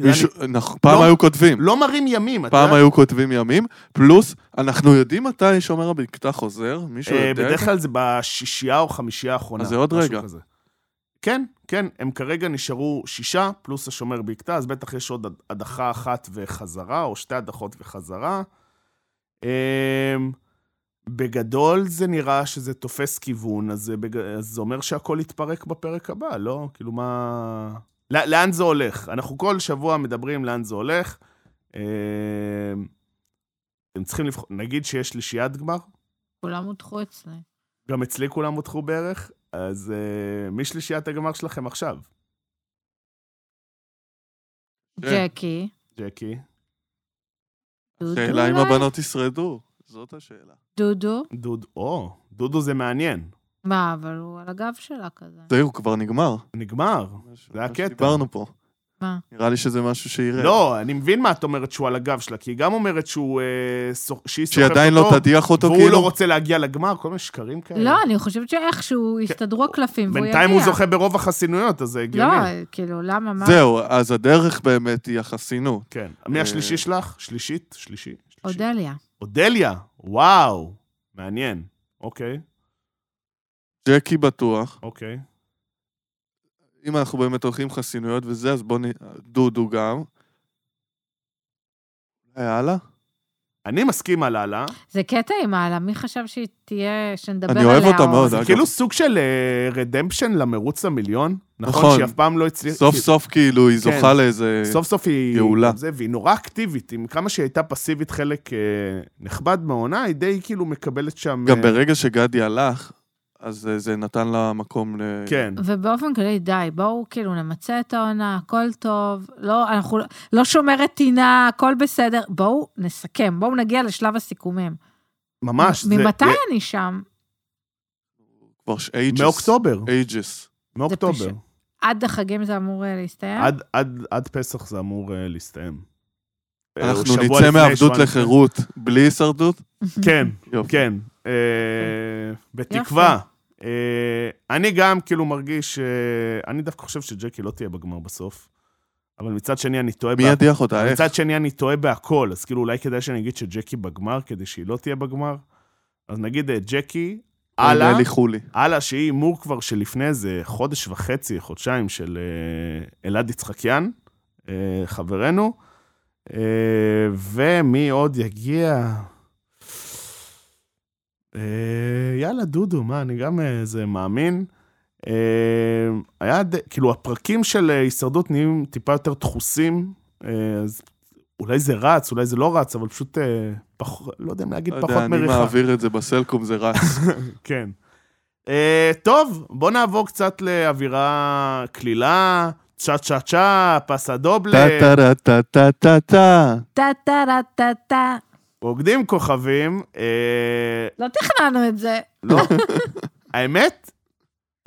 S5: מישהו- נכון, פעם
S3: לא-
S5: היו כותבים,
S3: לא מרים ימים, אתה
S5: פעם
S3: יודע?
S5: היו כותבים ימים, פלוס, אנחנו יודעים מתי שומר הבקתה חוזר, מישהו
S3: אה,
S5: יודע?
S3: בדרך כלל זה בשישייה או חמישייה האחרונה.
S5: אז זה עוד
S3: משהו
S5: רגע.
S3: כזה. כן, כן, הם כרגע נשארו שישה, פלוס השומר בקתה, אז בטח יש עוד הד- הדחה אחת וחזרה, או שתי הדחות וחזרה. אמ, בגדול זה נראה שזה תופס כיוון, אז זה, בג... אז זה אומר שהכל יתפרק בפרק הבא, לא? כאילו מה... לא- לאן זה הולך? אנחנו כל שבוע מדברים לאן זה הולך. אה, אתם צריכים לבחור, נגיד שיש שלישיית גמר,
S4: כולם הודחו אצלי.
S3: גם אצלי כולם הודחו בערך, אז אה, מי שלישיית הגמר שלכם עכשיו?
S5: כן.
S4: ג'קי.
S3: ג'קי,
S4: דודו
S5: שאלה אם
S4: אולי?
S5: הבנות ישרדו, זאת השאלה.
S4: דודו.
S3: דודו, או, דודו זה מעניין,
S4: מה, אבל הוא על הגב שלה כזה.
S5: זהו, כבר נגמר.
S3: נגמר. זה
S5: מה
S3: הקטע.
S5: שדיברנו פה.
S4: מה?
S5: נראה לי שזה משהו שיראה.
S3: לא, אני מבין מה את אומרת שהוא על הגב שלה, כי היא גם אומרת שהוא... אה, סוח- שהיא
S5: שהיא
S3: סוחבת
S5: עדיין לא
S3: אותו,
S5: תדיח אותו,
S3: והוא לא
S5: כאילו.
S3: רוצה להגיע לגמר, כל מיני שקרים
S5: כן.
S3: כאלה.
S4: לא, אני חושבת שאיכשהו יסתדרו הקלפים והוא יגיע.
S3: בינתיים הוא זוכה ברוב החסינויות, אז זה הגיוני.
S4: לא, כאילו, למה, מה?
S5: זהו, אז הדרך באמת היא החסינות.
S3: כן.
S5: אה,
S3: מי השלישי שלך? שלישית? שלישי? שלישי.
S4: אודליה.
S3: אודליה, וואו, מעניין. אוקיי,
S5: ג'קי בטוח.
S3: אוקיי.
S5: אם אנחנו באמת הולכים חסינויות וזה, אז בואו נ... דודו גם. יאללה.
S3: אני מסכים על הלאה.
S4: זה קטע עם העלה, מי חשב שהיא תהיה, שנדבר
S5: אני
S4: עליה?
S5: אוהב אותה
S4: או-
S5: מאוד,
S3: זה
S5: אגב.
S3: כאילו סוג של רדמפשן למרוץ למיליון. נכון,
S5: נכון.
S3: שהיא אף פעם לא הצליחה.
S5: סוף
S3: כאילו,
S5: סוף כאילו היא
S3: כן.
S5: זוכה לאיזה...
S3: סוף סוף היא...
S5: גאולה.
S3: זה, והיא נורא אקטיבית, עם כמה שהיא הייתה פסיבית חלק אה, נכבד מהעונה, היא די כאילו מקבלת שם...
S5: גם
S3: אה,
S5: ברגע שגדי הלך, אז אה, זה נתן לה מקום ל...
S3: כן.
S4: ובאופן כללי, די, בואו כאילו נמצה את העונה, הכל טוב, לא, אנחנו לא- לא שומרת טינה, הכל בסדר, בואו נסכם, בואו נגיע לשלב הסיכומים.
S3: ממש. זה- אה,
S4: ממתי
S3: זה-
S4: אני שם?
S5: כבר ש- ages.
S3: מאוקטובר.
S5: ages.
S3: מאוקטובר.
S4: פשוט. עד החגים זה אמור אה, להסתיים?
S3: עד, עד, עד פסח זה אמור אה, להסתיים. אה,
S5: אנחנו
S3: שבוע
S5: נצא
S3: לפני,
S5: מעבדות
S3: שבועיים לפני.
S5: לחירות בלי הישרדות?
S3: כן,
S5: יופי.
S3: כן. אה, בתקווה. אה, אני גם כאילו מרגיש, אה, אני דווקא חושב שג'קי לא תהיה בגמר בסוף, אבל מצד שני אני טועה
S5: מי
S3: בה-
S5: ידיח אותה? איך?
S3: מצד שני אני טועה בהכל, אז כאילו אולי כדאי שאני אגיד שג'קי בגמר כדי שהיא לא תהיה בגמר. אז נגיד אה, ג'קי, הלאה,
S5: אלי חולי.
S3: הלאה שהיא הימור כבר שלפני איזה חודש וחצי, חודשיים, של אה, אלעד יצחקיאן, אה, חברנו. אה, ומי עוד יגיע? אה, יאללה, דודו, מה, אני גם איזה מאמין. אה, היה, ד- כאילו, הפרקים של אה, הישרדות נהיים טיפה יותר דחוסים, אה, אז אולי זה רץ, אולי זה לא רץ, אבל פשוט, אה, פח, לא יודע אם להגיד
S5: לא
S3: פחות
S5: יודע, אני
S3: מריחה.
S5: מעביר את זה בסלקום, זה רץ.
S3: כן. אה, טוב, בוא נעבור קצת לאווירה קלילה, צ'ה צ'ה צ'ה, פסה דובלה,
S5: טה-טה-טה-טה-טה.
S4: טה-טה-טה-טה.
S3: רוקדים כוכבים. אה,
S4: לא תכננו את זה.
S3: לא, האמת,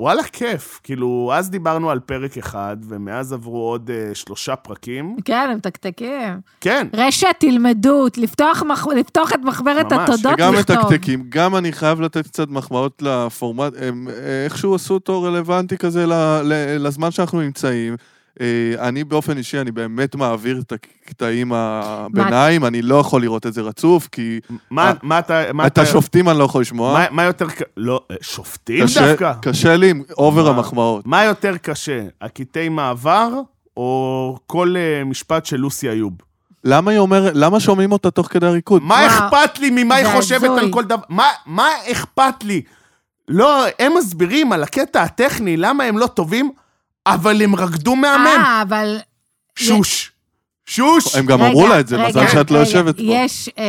S3: וואלה כיף. כאילו, אז דיברנו על פרק אחד, ומאז עברו עוד אה, שלושה פרקים.
S4: כן, הם מתקתקים.
S3: כן,
S4: רשת, תלמדו, לפתוח מח- לפתוח את מחברת
S3: ממש,
S4: התודות
S5: שגם
S4: לכתוב.
S5: מתקתקים, גם אני חייב לתת קצת מחמאות לפורמט, הם אה, איכשהו עשו אותו רלוונטי כזה ל- ל- לזמן שאנחנו נמצאים. אה, אני באופן אישי, אני באמת מעביר את הקטעים הביניים, אני לא יכול לראות את זה רצוף, כי
S3: מה
S5: אה,
S3: מה אתה... מה
S5: את השופטים אני לא יכול לשמוע.
S3: מה- מה יותר... ק- לא, אה, שופטים
S5: קשה-
S3: דווקא.
S5: קשה לי עם אובר
S3: מה?
S5: המחמאות.
S3: מה יותר קשה, הקטעי מעבר, או כל אה, משפט של לוסי איוב?
S5: למה היא אומרת, למה שומעים אותה תוך כדי הריקוד?
S3: מה
S4: מה?
S3: אכפת לי ממה היא
S4: זה
S3: חושבת
S4: הזוי.
S3: על כל דבר? מה- מה אכפת לי? לא, הם מסבירים על הקטע הטכני למה הם לא טובים, אבל הם רקדו מהמם.
S4: אה, אבל...
S3: שוש. שוש.
S5: הם גם
S4: רגע,
S5: אמרו לה את זה,
S4: רגע,
S5: מזל שאת לא
S4: רגע.
S5: יושבת פה.
S4: יש, אה,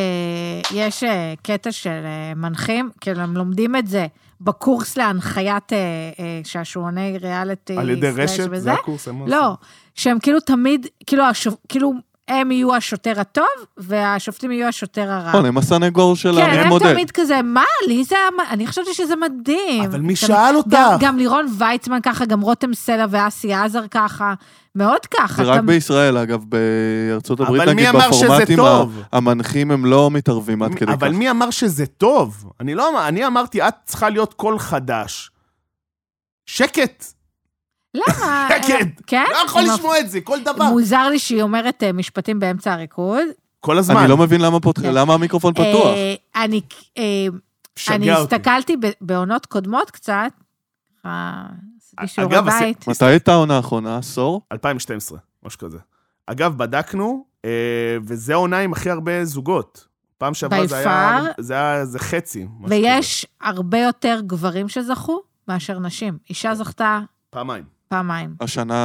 S4: יש אה, קטע של אה, מנחים, כאילו הם לומדים את זה בקורס להנחיית אה, אה, שעשועוני ריאליטי.
S3: על ידי
S4: אה, סלאש
S3: רשת?
S4: וזה.
S3: זה הקורס הם עושים.
S4: לא, שהם כאילו תמיד, כאילו, השופ... כאילו הם יהיו השוטר הטוב, והשופטים יהיו השוטר הרע.
S5: נכון, הם הסנגור של
S4: כן, הם
S5: המודל.
S4: תמיד כזה, מה, לי זה היה, מ- אני חשבתי שזה מדהים.
S3: אבל מי
S4: גם-
S3: שאל אותך?
S4: גם, גם לירון ויצמן ככה, גם רותם סלע ואסי עזר ככה, מאוד ככה.
S5: זה רק
S4: גם-
S5: בישראל, אגב, בארצות הברית,
S3: אבל מי
S5: נגיד,
S3: אמר שזה
S5: בפורמטים
S3: טוב?
S5: ה- המנחים הם לא מתערבים עד כדי כך.
S3: אבל מי אמר שזה טוב? אני לא אמר, אני אמרתי, את צריכה להיות קול חדש. שקט.
S4: למה?
S3: שקט.
S4: כן?
S3: לא יכול
S4: הם
S3: לשמוע את זה, כל דבר.
S4: מוזר לי שהיא אומרת אה, משפטים באמצע הריקוד.
S3: כל הזמן.
S5: אני לא מבין למה פותח-
S4: כן.
S5: למה המיקרופון פתוח.
S4: אה, אני, אה,
S3: משגע
S4: אני
S3: אותי.
S4: הסתכלתי ב- בעונות קודמות קצת, אה, עשיתי שיעורי
S3: אגב, עשי-
S4: בית.
S5: מתי הייתה העונה האחרונה? עשור?
S3: 2012, משהו כזה. אגב, בדקנו, אה, וזה העונה עם הכי הרבה זוגות. פעם שעברה
S4: by
S3: זה היה,
S4: far.
S3: זה היה, זה חצי. מה שקורה.
S4: ויש הרבה יותר גברים שזכו מאשר נשים. אישה זכתה
S3: פעמיים.
S4: פעמיים.
S5: השנה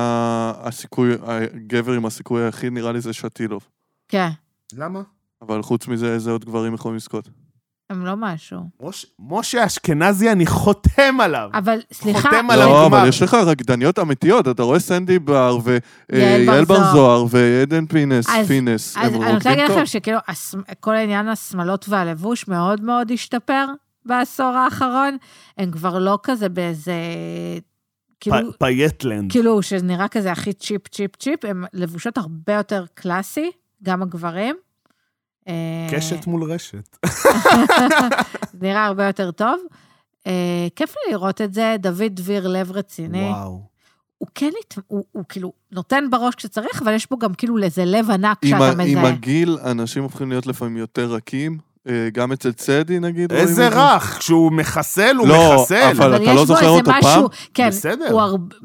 S5: הסיכוי, הגבר עם הסיכוי היחיד נראה לי זה שטילוב.
S4: כן,
S3: למה?
S5: אבל חוץ מזה, איזה עוד גברים יכולים לזכות?
S4: הם לא משהו.
S3: מוש- משה אשכנזי, אני חותם עליו.
S4: אבל סליחה,
S3: חותם על
S5: לא,
S3: הגמר.
S5: אבל יש לך רקדניות אמיתיות, אתה רואה סנדי בר
S4: יעל
S5: ויעל
S4: בר
S5: בר זוהר ועדן פינס,
S4: אז- אז
S5: פינס, הם
S4: אני רוצה
S5: רוקדים
S4: להגיד
S5: טוב.
S4: לכם שכאילו, הס- כל עניין השמלות והלבוש מאוד מאוד השתפר בעשור האחרון. הם כבר לא כזה באיזה... כאילו,
S3: פ- פייטלנד.
S4: כאילו, שנראה כזה הכי צ'יפ, צ'יפ, צ'יפ, הם לבושות הרבה יותר קלאסי, גם הגברים. אה,
S3: קשת מול רשת.
S4: נראה הרבה יותר טוב. אה, כיף לי לראות את זה, דוד דביר לב רציני.
S3: וואו.
S4: הוא כן, הת- הוא, הוא כאילו נותן בראש כשצריך, אבל יש בו גם כאילו איזה לב ענק
S5: עם
S4: שאתה
S5: ה- עם
S4: מזהה.
S5: הגיל, אנשים הופכים להיות לפעמים יותר רכים, אה, גם אצל צדי נגיד. רואים
S3: איזה
S5: את זה.
S3: רך, כשהוא מחסל, הוא
S5: לא,
S3: מחסל.
S5: אבל- אתה לא
S4: יש בו
S5: זוכר
S4: איזה
S5: אותו
S4: משהו- כן,
S3: בסדר.
S4: הוא הרבה...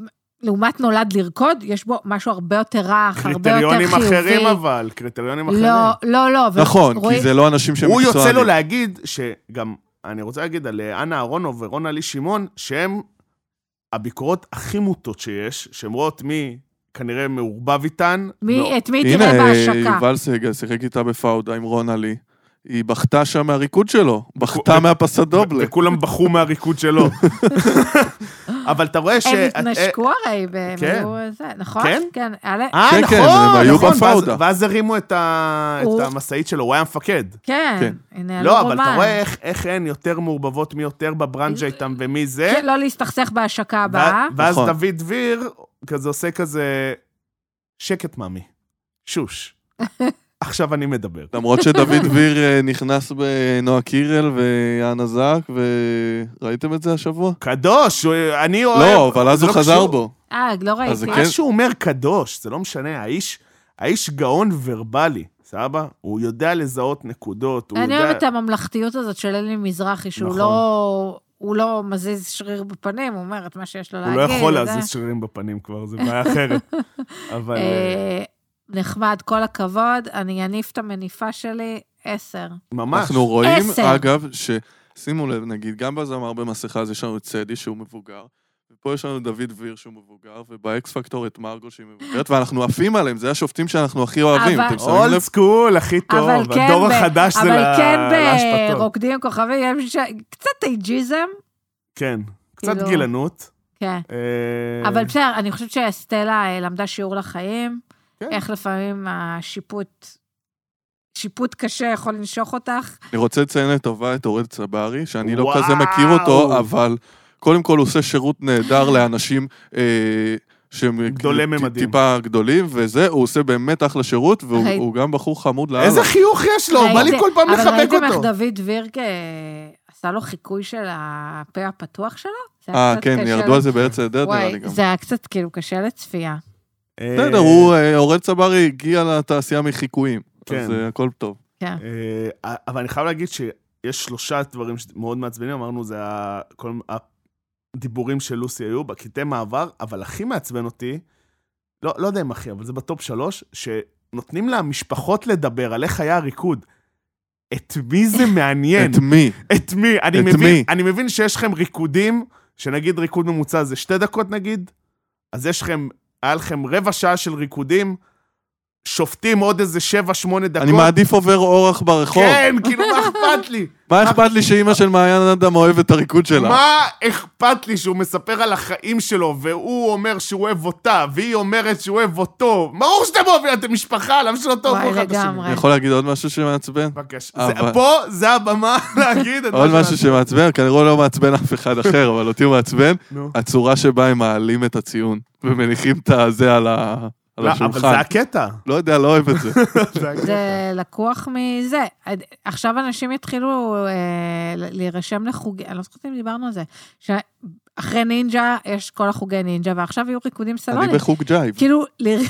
S4: לעומת נולד לרקוד, יש בו משהו הרבה יותר רך, הרבה יותר חיובי.
S3: קריטריונים אחרים אבל, קריטריונים אחרים.
S4: לא, לא, לא. אבל
S5: נכון,
S4: רואים-
S5: כי זה לא אנשים שהם
S3: הוא יוצא לו
S5: מקצוענים.
S3: להגיד שגם, אני רוצה להגיד על אה, אנה אהרונוב ורונה לי שמעון, שהם הביקורות הכי מוטות שיש, שהן רואות מי כנראה מעורבב איתן. לא,
S4: מי, את מי
S5: הנה,
S4: תראה
S5: אה,
S4: בהשקה?
S5: יובל סגל שיחק איתה בפאודה עם רון עלי. היא בכתה שם מהריקוד שלו, בכתה מהפסדובלה.
S3: וכולם בחרו מהריקוד שלו. אבל אתה רואה אה, ש...
S4: הם
S3: את-
S4: התנשקו הרי, והם
S3: כן.
S4: היו זה, נכון?
S3: כן?
S4: כן, היה להם-
S3: אה,
S5: כן,
S3: נכון,
S5: כן, הם היו
S3: נכון,
S5: בפאודה.
S3: ואז- ואז הרימו את ה- את
S4: הוא-
S3: המשאית שלו, הוא היה המפקד.
S4: כן,
S5: כן.
S4: הנה, היה לו
S3: לא, אבל
S4: רומן.
S3: אתה רואה איך- איך הן יותר מעורבבות מי יותר בברנג'ה איתם ומי זה.
S4: כן, לא להסתכסך בהשקה
S3: ו-
S4: הבאה.
S3: ואז
S5: נכון.
S3: דוד דביר כזה עושה כזה שקט מאמי, שוש. עכשיו אני מדבר.
S5: למרות שדוד דביר אה, נכנס בנועה קירל ויאנה זאק, וראיתם את זה השבוע?
S3: קדוש, הוא- אני אוהב...
S5: לא, אבל אז
S3: זה
S5: הוא
S3: לא
S5: חזר
S3: קשור.
S5: בו.
S4: אה, לא
S5: אז זה
S4: ראיתי.
S5: כן.
S3: מה שהוא אומר קדוש, זה לא משנה, האיש, האיש גאון ורבלי, סבבה? הוא יודע לזהות נקודות, הוא
S4: אני
S3: יודע...
S4: אוהבת את הממלכתיות הזאת של אלי מזרחי, שהוא
S3: נכון.
S4: לא... הוא לא מזיז שריר בפנים, הוא אומר את מה שיש לו
S3: הוא
S4: להגיד.
S3: לא יכול
S4: זה.
S3: להזיז שרירים בפנים כבר, זה בעיה אחרת. אבל... אה,
S4: אה, נחמד, כל הכבוד, אני אניף את המניפה שלי, עשר.
S3: ממש.
S5: אנחנו רואים,
S4: עשר.
S5: אגב, ששימו לב, נגיד, גם בזמר במסכה אז יש לנו את צדי שהוא מבוגר, ופה יש לנו דוד דביר שהוא מבוגר, ובאקס פקטור את מרגו שהיא מבוגרת, ואנחנו עפים עליהם, זה השופטים שאנחנו הכי אוהבים,
S4: אבל-
S5: אתם שמים
S3: אולד
S5: לב?
S3: סקול, הכי טוב.
S4: אבל כן,
S3: הדור
S4: ב-
S3: החדש זה
S4: אבל
S3: לה-
S4: כן
S3: להשפתות.
S4: ברוקדים כוכבים, יש ש- קצת אייג'יזם.
S3: כן, קצת
S4: כאילו-
S3: גילנות.
S4: כן.
S3: אה,
S4: אבל בסדר, אני חושבת שסטלה אה, למדה שיעור לחיים,
S3: כן.
S4: איך לפעמים השיפוט, שיפוט קשה יכול לנשוך אותך.
S5: אני רוצה לציין לטובה את אורד צברי, שאני לא כזה
S3: וואו.
S5: מכיר אותו, אבל קודם כל הוא עושה שירות נהדר לאנשים אה, שהם
S3: גדולי
S5: כאילו ט-
S3: ממדים.
S5: טיפה גדולים, וזה, הוא עושה באמת אחלה שירות, והוא
S4: ראי-
S5: הוא גם בחור חמוד לאללה.
S3: איזה חיוך יש לו, בא לי
S4: ראיתם-
S3: כל פעם
S4: אבל
S3: לחבק
S4: ראיתם איך
S3: אותו.
S4: דוד וירק אה, עשה לו חיקוי של הפה הפתוח שלו? זה היה
S5: אה,
S4: קצת
S5: כן,
S4: קשה
S5: ירדו על
S4: לצ-
S5: זה בארץ נהדרת, נראה לי
S4: וואי,
S5: גם.
S4: זה היה קצת כאילו קשה לצפייה.
S3: אה,
S5: בסדר, הוא, אה, אורל צברי הגיע לתעשייה מחיקויים.
S3: כן.
S5: אז אה, הכל טוב.
S4: כן.
S3: אה, אבל אני חייב להגיד שיש שלושה דברים שמאוד מעצבנים, אמרנו, זה ה- כל הדיבורים של לוסי היו בקטעי מעבר, אבל הכי מעצבן אותי, לא לא יודע אם הכי, אבל זה בטופ שלוש, שנותנים למשפחות לדבר על איך היה הריקוד. את מי זה מעניין?
S5: את מי?
S3: את מי? אני
S5: את
S3: מבין,
S5: מי?
S3: אני מבין שיש לכם ריקודים, שנגיד ריקוד ממוצע זה שתי דקות נגיד, אז יש לכם, היה לכם רבע שעה של ריקודים, שופטים עוד איזה שבע, שמונה דקות.
S5: אני מעדיף עובר אורח ברחוב.
S3: כן, כאילו, מה אכפת לי?
S5: מה אכפת לי שאימא של מעיין אדם אוהבת את הריקוד שלה?
S3: מה אכפת לי שהוא מספר על החיים שלו, והוא אומר שהוא אוהב אותה, והיא אומרת שהוא אוהב אותו? ברור שאתם אוהבים, אתם משפחה, למה שלא תאהבו
S4: וואי,
S3: אחד את השני?
S4: לגמרי.
S5: אני יכול להגיד עוד משהו שמעצבן?
S3: בבקשה. זה-
S5: אבל-
S3: פה זה הבמה להגיד את
S5: עוד
S3: מה
S5: משהו שמעצבן, כנראה הוא לא מעצבן אף אחד אחר, אבל אותי הוא מעצבן,
S3: נו.
S5: הצורה שבה הם מעלים את הציון ומניחים את הזה על ה- על
S3: לא, אבל זה
S5: השולחן.
S3: הקטע.
S5: לא יודע, לא אוהב את זה.
S3: זה הקטע.
S4: זה לקוח מזה. עכשיו אנשים יתחילו אה, ל- להירשם לחוגי, אני לא זוכרת אם דיברנו על זה, שאחרי נינג'ה יש כל החוגי נינג'ה, ועכשיו יהיו ריקודים
S5: אני
S4: סלונים.
S5: בחוג ג'ייב.
S4: כאילו, ל-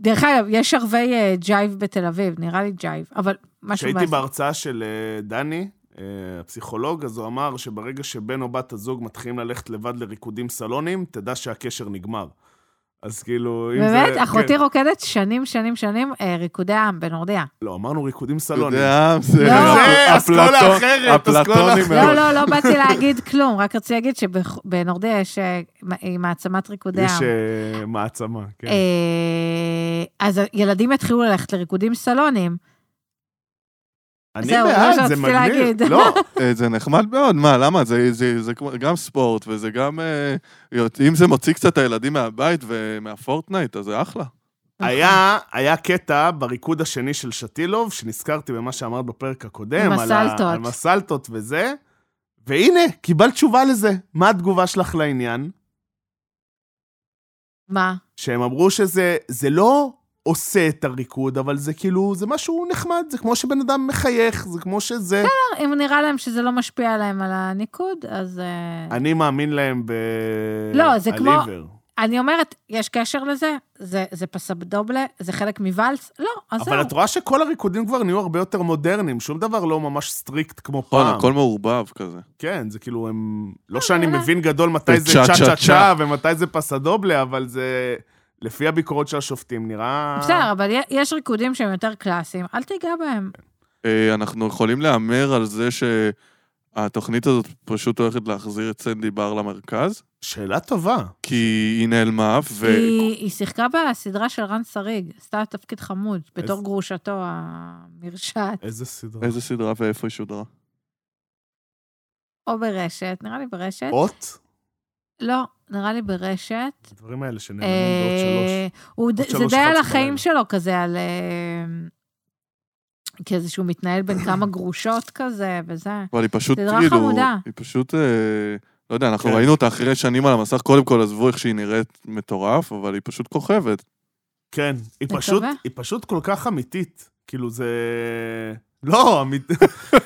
S4: דרך אגב, יש ערבי אה, ג'ייב בתל אביב, נראה לי ג'ייב, אבל משהו...
S3: כשהייתי
S4: מה-
S3: בהרצאה של אה, דני, אה, הפסיכולוג, אז הוא אמר שברגע שבן או בת הזוג מתחילים ללכת לבד לריקודים סלונים, תדע שהקשר נגמר. אז כאילו, אם זה...
S4: באמת, אחותי
S3: כן.
S4: רוקדת שנים, שנים, שנים אה, ריקודי עם בנורדיה.
S3: לא, אמרנו ריקודים סלונים.
S5: יודע, זה
S4: לא.
S3: זה אסכולה
S5: אפלטון-
S3: אחרת, אסכולה
S5: אפלטונים
S3: אחרת.
S4: לא,
S5: מאוד.
S4: לא, לא באתי להגיד כלום, רק רציתי להגיד שבנורדיה יש אה, היא מעצמת ריקודי עם.
S3: יש אה, מעצמה, כן.
S4: אה, אז ילדים יתחילו ללכת לריקודים סלונים.
S3: אני
S4: זהו, זה מה
S3: בעד, זה
S4: שרציתי
S3: מגניב.
S4: להגיד.
S3: לא,
S5: אה, זה נחמד מאוד, מה, למה? זה, זה, זה כמו- גם ספורט, וזה גם... אה, אם זה מוציא קצת את הילדים מהבית ומהפורטנייט, אז זה אחלה.
S3: היה, היה קטע בריקוד השני של שטילוב, שנזכרתי במה שאמרת בפרק הקודם.
S4: עם
S3: על ה-
S4: הסלטות.
S3: על מסלטות וזה. והנה, קיבלת תשובה לזה. מה התגובה שלך לעניין?
S4: מה?
S3: שהם אמרו שזה זה לא עושה את הריקוד, אבל זה כאילו, זה משהו נחמד, זה כמו שבן אדם מחייך, זה כמו שזה...
S4: אם נראה להם שזה לא משפיע עליהם על הניקוד, אז... אה,
S3: אני מאמין להם ב...
S4: לא, זה כמו-
S3: על עיוור.
S4: אני אומרת, יש קשר לזה? זה, זה פסבדובלה? זה חלק מוואלס? לא, אז זהו.
S3: אבל את רואה שכל הריקודים כבר נהיו הרבה יותר מודרניים, שום דבר לא ממש סטריקט כמו
S5: נכון,
S3: פעם.
S5: הכל מעורבב כזה.
S3: כן, זה כאילו הם...
S4: אה,
S3: לא שאני
S4: אולי.
S3: מבין גדול מתי זה
S5: צ'ה, צ'ה, צ'ה.
S3: צ'ה-צ'ה-צ'ה ומתי זה פסדובלה, אבל זה... לפי הביקורות של השופטים, נראה...
S4: בסדר, אבל יה- יש ריקודים שהם יותר קלאסיים, אל תיגע בהם.
S5: אה, אנחנו יכולים להמר על זה שהתוכנית הזאת פשוט הולכת להחזיר את סנדי בר למרכז,
S3: שאלה טובה.
S5: כי היא נעלמה, ו...
S4: היא, היא שיחקה בסדרה של רן שריג, עשתה תפקיד חמוד, בתור
S3: איזה-
S4: גרושתו המרשעת,
S3: איזה סדרה.
S5: איזה סדרה ואיפה היא שודרה?
S4: או ברשת, נראה לי ברשת.
S3: אות?
S4: לא, נראה לי ברשת.
S3: הדברים האלה שנאמרים בעוד
S4: אה,
S3: שלוש.
S4: הוא ד-
S3: שלוש,
S4: זה
S3: אחת
S4: די על
S3: בלילה.
S4: החיים שלו כזה, על... אה, כזה שהוא מתנהל בין כמה גרושות כזה, וזה.
S5: אבל היא פשוט,
S4: סדרה
S5: כאילו,
S4: חמודה.
S5: היא פשוט, אה, לא יודע, אנחנו
S3: כן.
S5: ראינו אותה אחרי שנים על המסך, קודם כל עזבו איך שהיא נראית מטורף, אבל היא פשוט כוכבת.
S3: כן, היא
S4: נקווה.
S3: פשוט, היא פשוט כל כך אמיתית. כאילו זה... לא, אמיתית.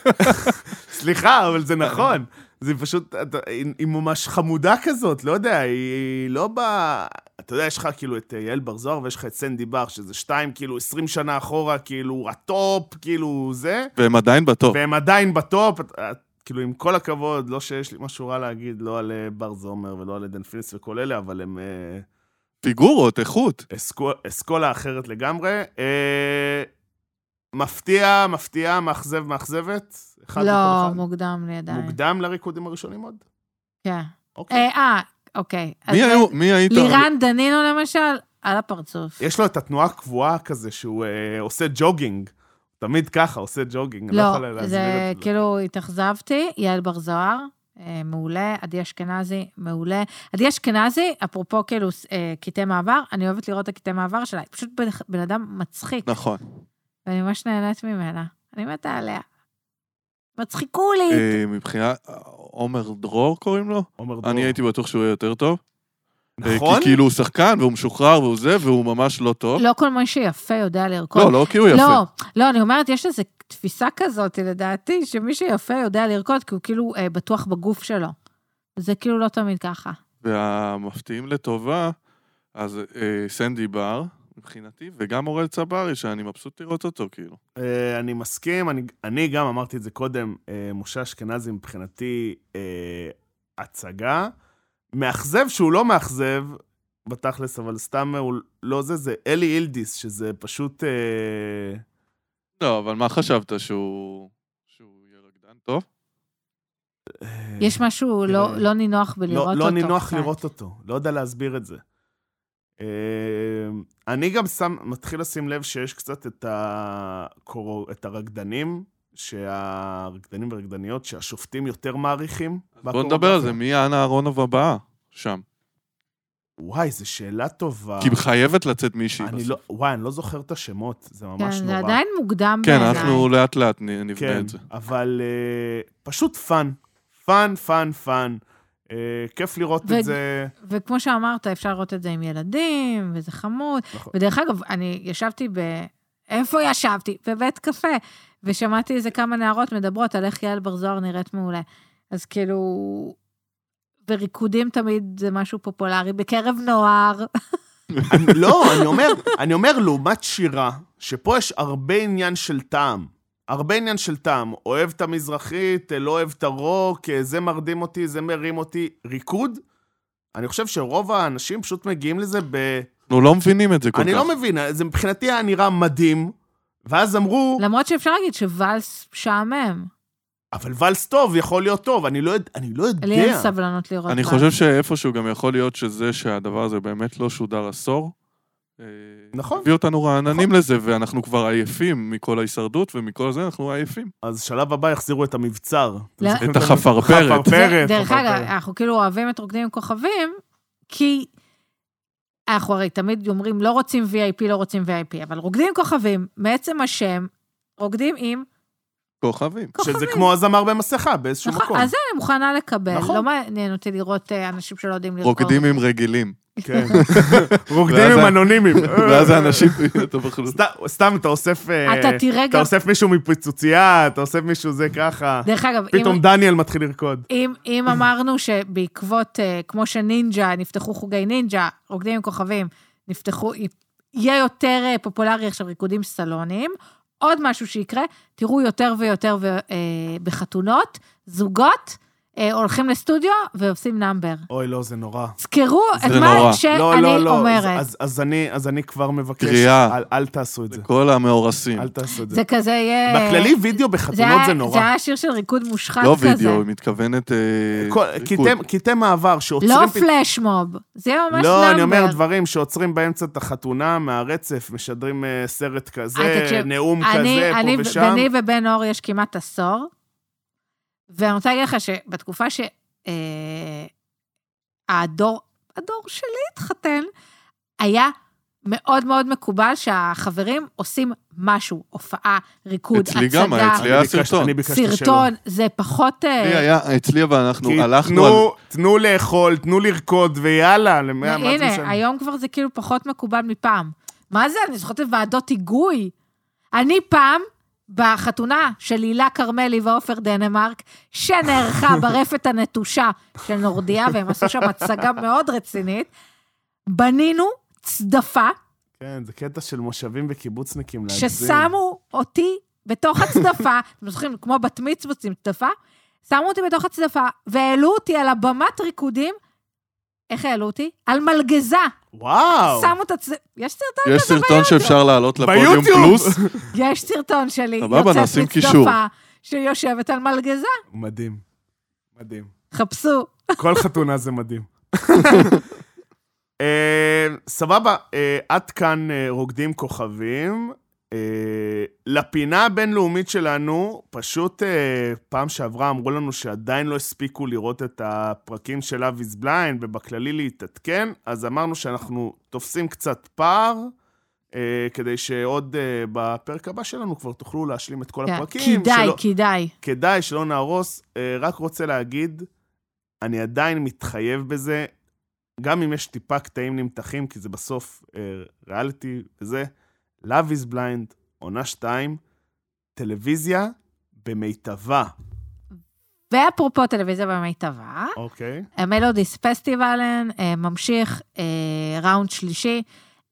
S3: סליחה, אבל זה נכון. זה פשוט, אתה- היא, היא ממש חמודה כזאת, לא יודע, היא לא באה... אתה יודע, יש לך כאילו את אה, יעל בר זוהר ויש לך את סנדי בר, שזה שתיים, כאילו, 20 שנה אחורה, כאילו, הטופ, כאילו, זה,
S5: והם עדיין בטופ.
S3: והם עדיין בטופ. את- את- כאילו, עם כל הכבוד, לא שיש לי משהו רע להגיד, לא על אה, בר זומר ולא על עדן פינס וכל אלה, אבל הם... אה,
S5: פיגורות, איכות.
S3: אסכול- אסכולה אחרת לגמרי. אה, מפתיע, מפתיע, מאכזב, מאכזבת. אחד מכל
S4: לא,
S3: אחד.
S4: מוקדם לי עדיין.
S3: מוקדם לריקודים הראשונים עוד.
S4: כן.
S3: אוקיי.
S4: אה, אה, אוקיי. אז
S5: מי
S4: זה-
S5: היו, מי היית?
S4: לירן דנינו למשל, על הפרצוף.
S3: יש לו את התנועה הקבועה כזה שהוא אה, עושה ג'וגינג. תמיד ככה, עושה ג'וגינג. אני לא
S4: לא,
S3: יכול להסביר את
S4: זה
S3: זה.
S4: כאילו, התאכזבתי, יעל בר זוהר. אה, מעולה, עדי אשכנזי, מעולה. עדי אשכנזי, אפרופו כאילו אה, קטעי מעבר, אני אוהבת לראות את הקטעי מעבר שלה, היא פשוט בן, בן אדם מצחיק,
S5: נכון.
S4: ואני ממש נהנית ממנה. אני מתה עליה. מצחיקו לי.
S5: אה, מבחינת, עומר דרור קוראים לו?
S3: עומר דור.
S5: אני הייתי בטוח שהוא יהיה יותר טוב. אה,
S3: נכון?
S5: כי כאילו הוא שחקן והוא משוחרר והוא זה, והוא ממש לא טוב.
S4: לא כל מי שיפה יודע לרקוד.
S5: לא, לא כי הוא יפה.
S4: לא, לא, אני אומרת, יש איזו תפיסה כזאת, לדעתי, שמי שיפה יודע לרקוד, כי הוא כאילו אה, בטוח בגוף שלו. זה כאילו לא תמיד ככה.
S5: והמפתיעים לטובה, אז אה, סנדי בר, מבחינתי, וגם אורל צברי, שאני מבסוט לראות אותו, כאילו.
S3: אה, אני מסכים, אני, אני גם אמרתי את זה קודם, אה, משה אשכנזי מבחינתי אה, הצגה. מאכזב שהוא לא מאכזב, בתכלס, אבל סתם הוא לא זה, זה אלי אילדיס, שזה פשוט... אה,
S5: לא, אבל מה חשבת, שהוא... שהוא יהיה רקדן טוב?
S3: אה,
S4: יש משהו
S3: תראה.
S4: לא, לא נינוח
S3: לא-
S4: בלראות אותו.
S3: לא נינוח
S4: קצת.
S3: לראות אותו, לא יודע להסביר את זה. אה, אני גם שם, מתחיל לשים לב שיש קצת את, הקור... את הרקדנים, שהרקדנים והרקדניות שהשופטים יותר מעריכים.
S5: בוא נדבר על זה, מי אנה אהרונוב הבאה שם?
S3: וואי, זו שאלה טובה.
S5: כי חייבת לצאת מישהי.
S3: אה. אני
S5: בסוף.
S3: לא, וואי, אני לא זוכר את השמות, זה
S4: כן,
S3: ממש נורא.
S4: זה עדיין מוקדם
S5: כן,
S4: בעיניי.
S5: אנחנו לאט לאט נ- נבנה
S3: כן,
S5: את זה.
S3: אבל אה, פשוט פאן. פאן, פאן, פאן. אה, כיף לראות
S4: ו-
S3: את זה.
S4: וכמו שאמרת, אפשר לראות את זה עם ילדים, וזה חמוד.
S3: נכון.
S4: ודרך אגב, אני ישבתי ב... איפה ישבתי? בבית קפה. ושמעתי איזה כמה נערות מדברות על איך יעל בר זוהר נראית מעולה. אז כאילו... וריקודים תמיד זה משהו פופולרי בקרב נוער.
S3: אני- לא, אני אומר, אני אומר, לעומת שירה, שפה יש הרבה עניין של טעם. הרבה עניין של טעם. אוהב את אה, המזרחית, לא אוהב את הרוק, אה, זה מרדים אותי, זה מרים אותי. ריקוד? אני חושב שרוב האנשים פשוט מגיעים לזה ב...
S5: אנחנו לא מבינים את זה כל
S3: אני
S5: כך.
S3: לא מבין, זה מבחינתי היה נראה מדהים, ואז אמרו,
S4: למרות שאפשר להגיד שוואלס משעמם.
S3: אבל ולס טוב יכול להיות טוב, אני לא, יודע- אני לא יודע.
S4: לי אין סבלנות לראות
S5: אני
S4: ולס.
S5: חושב שאיפשהו גם יכול להיות שזה שהדבר הזה באמת לא שודר עשור. אה,
S3: נכון.
S5: הביא אותנו רעננים
S3: נכון.
S5: לזה, ואנחנו כבר עייפים מכל ההישרדות ומכל זה, אנחנו עייפים.
S3: אז שלב הבא יחזירו את המבצר. אתם
S4: לא.
S3: זוכרים
S5: את החפרפרת.
S4: זה-
S3: חפרפרת.
S4: דרך אגב,
S3: חפרפרת.
S4: אנחנו כאילו אוהבים את רוקדים עם כוכבים, כי אנחנו הרי תמיד אומרים, לא רוצים VIP, לא רוצים VIP, אבל רוקדים עם כוכבים, מעצם השם, רוקדים עם
S5: כוכבים.
S4: כוכבים.
S3: שזה כמו הזמר במסכה באיזשהו
S4: נכון,
S3: מקום.
S4: אז זה אני מוכנה לקבל.
S3: נכון.
S4: לא מעניין אותי לראות אה, אנשים שלא יודעים לרקוד.
S5: רוקדים עם רגילים.
S3: כן. רוקדים
S5: ואז
S3: עם
S5: ה-
S3: אנונימים.
S5: ואז האנשים... אתה בחלוץ.
S3: סת- סתם, אתה אוסף... אה,
S4: אתה תראה
S3: אתה
S4: גם...
S3: אוסף מישהו מפיצוצייה, אתה אוסף מישהו זה ככה.
S4: דרך אגב, אם-
S3: פתאום דניאל מתחיל לרקוד.
S4: אם, אם אמרנו שבעקבות, אה, כמו שנינג'ה, נפתחו חוגי נינג'ה, רוקדים עם כוכבים, נפתחו, יהיה יותר אה, פופולרי עכשיו ריקודים סלוניים, עוד משהו שיקרה, תראו יותר ויותר ו, אה, בחתונות, זוגות, אה, הולכים לסטודיו ועושים נאמבר.
S3: אוי, לא, זה נורא.
S4: זכרו
S5: זה
S4: את
S5: נורא.
S4: מה שאני
S3: לא, לא, לא.
S4: אומרת.
S3: אז- אז אני- אז אני כבר מבקש,
S5: קריאה.
S3: אל- אל תעשו את זה.
S5: כל המאורסים.
S3: אל תעשו את זה.
S4: זה כזה יהיה...
S3: בכללי, וידאו
S4: זה
S3: בחתונות
S4: היה-
S3: זה נורא.
S4: זה היה שיר של ריקוד מושחת
S5: לא
S4: כזה.
S5: וידאו, היא מתכוונת... אה,
S3: כל-
S5: ריקוד.
S3: קטעי- קטעי מעבר שעוצרים...
S4: לא
S3: פת-
S4: פלאשמוב, זה יהיה ממש נאמבר.
S3: לא, אני אומר דברים שעוצרים באמצע את החתונה מהרצף, משדרים אה, סרט
S4: אה,
S3: כזה,
S4: תקשיב,
S3: נאום
S4: אני,
S3: כזה,
S4: אני,
S3: פה ושם.
S4: ביני ובן אור יש כמעט עשור, ואני רוצה להגיד לך שבתקופה שהדור, אה, הדור- הדור שלי התחתן, היה מאוד מאוד מקובל שהחברים עושים משהו, הופעה, ריקוד,
S5: אצלי
S4: הצגה,
S5: גם, היה, אצלי
S3: אני
S5: היה
S3: ביקשתי-
S5: סרטון.
S3: אני ביקשתי שלא.
S4: סרטון, זה פחות... אה,
S5: אצלי היה, אצלי אבל אנחנו
S3: כי
S5: הלכנו על...
S3: תנו, תנו לאכול, תנו לרקוד, ויאללה, למה מה זה
S4: הנה,
S3: משנה?
S4: היום כבר זה כאילו פחות מקובל מפעם. מה זה, אני זוכרת ועדות היגוי. אני פעם, בחתונה של הילה כרמלי ועופר דנמרק, שנערכה ברפת הנטושה של נורדיה, והם עשו שם הצגה מאוד רצינית, בנינו צדפה
S3: כן, זה קטע של מושבים וקיבוצניקים להגזים.
S4: ששמו אותי בתוך הצדפה, אתם זוכרים, כמו בת מצוות עם צדפה, שמו אותי בתוך הצדפה והעלו אותי על הבמת ריקודים. איך העלו אותי? על מלגזה.
S3: וואו!
S4: שמו את הצדפה, יש סרטון?
S5: יש סרטון שאפשר לעלות לפודיום
S3: ביוטיוב.
S5: פלוס.
S4: יש סרטון שלי,
S5: סבבה, נשים
S4: יוצאת
S5: קישור.
S4: מצדפה שיושבת על מלגזה,
S3: מדהים. מדהים.
S4: חפשו.
S3: כל חתונה זה מדהים. אה, סבבה, אה, עד כאן אה, רוקדים כוכבים. אה, לפינה הבינלאומית שלנו, פשוט אה, פעם שעברה אמרו לנו שעדיין לא הספיקו לראות את הפרקים של אביז בליינד ובכללי להתעדכן, אז אמרנו שאנחנו תופסים קצת פער, אה, כדי שעוד אה, בפרק הבא שלנו כבר תוכלו להשלים את כל
S4: כן,
S3: הפרקים.
S4: כדאי,
S3: שלא-
S4: כדאי.
S3: כדאי שלא נהרוס, אה, רק רוצה להגיד, אני עדיין מתחייב בזה, גם אם יש טיפה קטעים נמתחים, כי זה בסוף אה, ריאליטי וזה, Love is Blind, עונה 2, טלוויזיה במיטבה,
S4: ואפרופו טלוויזיה במיטבה,
S3: אוקיי?
S4: המלודיס פסטיבלן אה, ממשיך, אה, ראונד שלישי.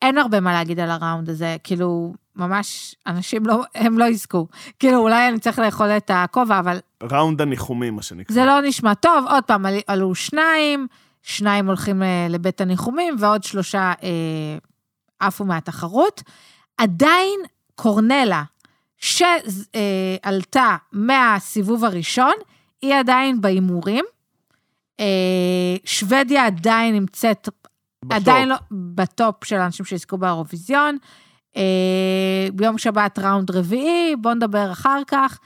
S4: אין הרבה מה להגיד על הראונד הזה, כאילו, ממש, אנשים לא, הם לא יזכו. כאילו, אולי אני צריך לאכול את הכובע, אבל
S3: ראונד הניחומים, מה שנקרא.
S4: זה לא נשמע טוב. עוד פעם, עלי- עלו שניים, שניים הולכים אה, לבית הניחומים, ועוד שלושה אה, עפו מהתחרות. עדיין קורנלה, שעלתה מהסיבוב הראשון, היא עדיין בהימורים. אה, שוודיה עדיין נמצאת,
S3: בטופ.
S4: עדיין לא, בטופ של האנשים שיזכו באירוויזיון. אה, ביום שבת ראונד רביעי, בואו נדבר אחר כך.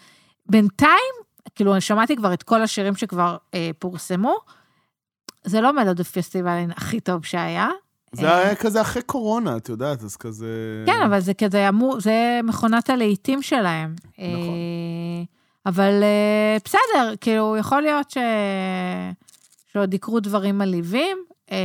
S4: בינתיים, כאילו, אני שמעתי כבר את כל השירים שכבר אה, פורסמו. זה לא מלודו פסטיבלין הכי טוב שהיה.
S3: זה היה כזה אחרי קורונה, את יודעת, אז כזה...
S4: כן, אבל זה כזה אמור, זה מכונת הלהיטים שלהם.
S3: נכון.
S4: אה, אבל אה, בסדר, כאילו, יכול להיות ש... שעוד יקרו דברים מלהיבים. אה,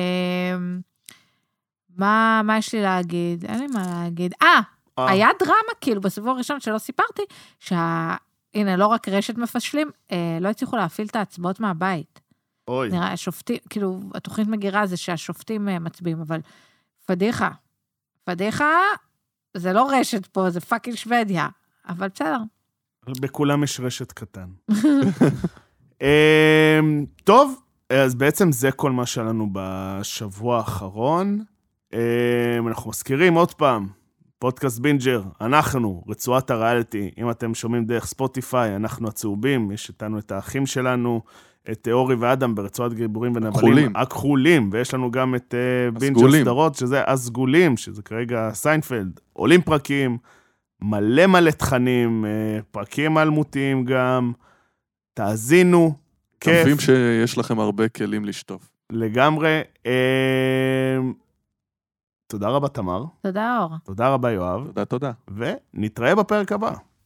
S4: מה, מה יש לי להגיד? אין לי מה להגיד. אה,
S3: אה,
S4: היה דרמה, כאילו, בסיבוב הראשון שלא סיפרתי, שה... הנה, לא רק רשת מפשלים, אה, לא הצליחו להפעיל את ההצבעות מהבית.
S3: אוי.
S4: נראה, השופטים, כאילו, התוכנית מגירה זה שהשופטים אה, מצביעים, אבל פדיחה. פדיחה, זה לא רשת פה, זה פאקינג שוודיה. אבל בסדר.
S3: בכולם יש רשת קטן. אמ, טוב, אה, אז בעצם זה כל מה שהיה לנו בשבוע האחרון. אה, אנחנו מזכירים עוד פעם, פודקאסט בינג'ר, אנחנו, רצועת הריאליטי, אם אתם שומעים דרך ספוטיפיי, אנחנו הצהובים, יש איתנו את האחים שלנו, את אה, אורי ואדם ברצועת גיבורים ונבלים.
S5: הכחולים.
S3: הכחולים, ויש לנו גם את אה, בינג'ר
S5: הסגולים.
S3: סדרות, שזה הסגולים, שזה כרגע סיינפלד, עולים פרקים, מלא מלא תכנים, אה, פרקים אלמותיים גם, תאזינו,
S5: אתם
S3: כיף.
S5: מבינים שיש לכם הרבה כלים לשטוף.
S3: לגמרי. אמ, תודה רבה, תמר.
S4: תודה, אור.
S3: תודה רבה, יואב.
S5: תודה, תודה.
S3: ונתראה בפרק הבא.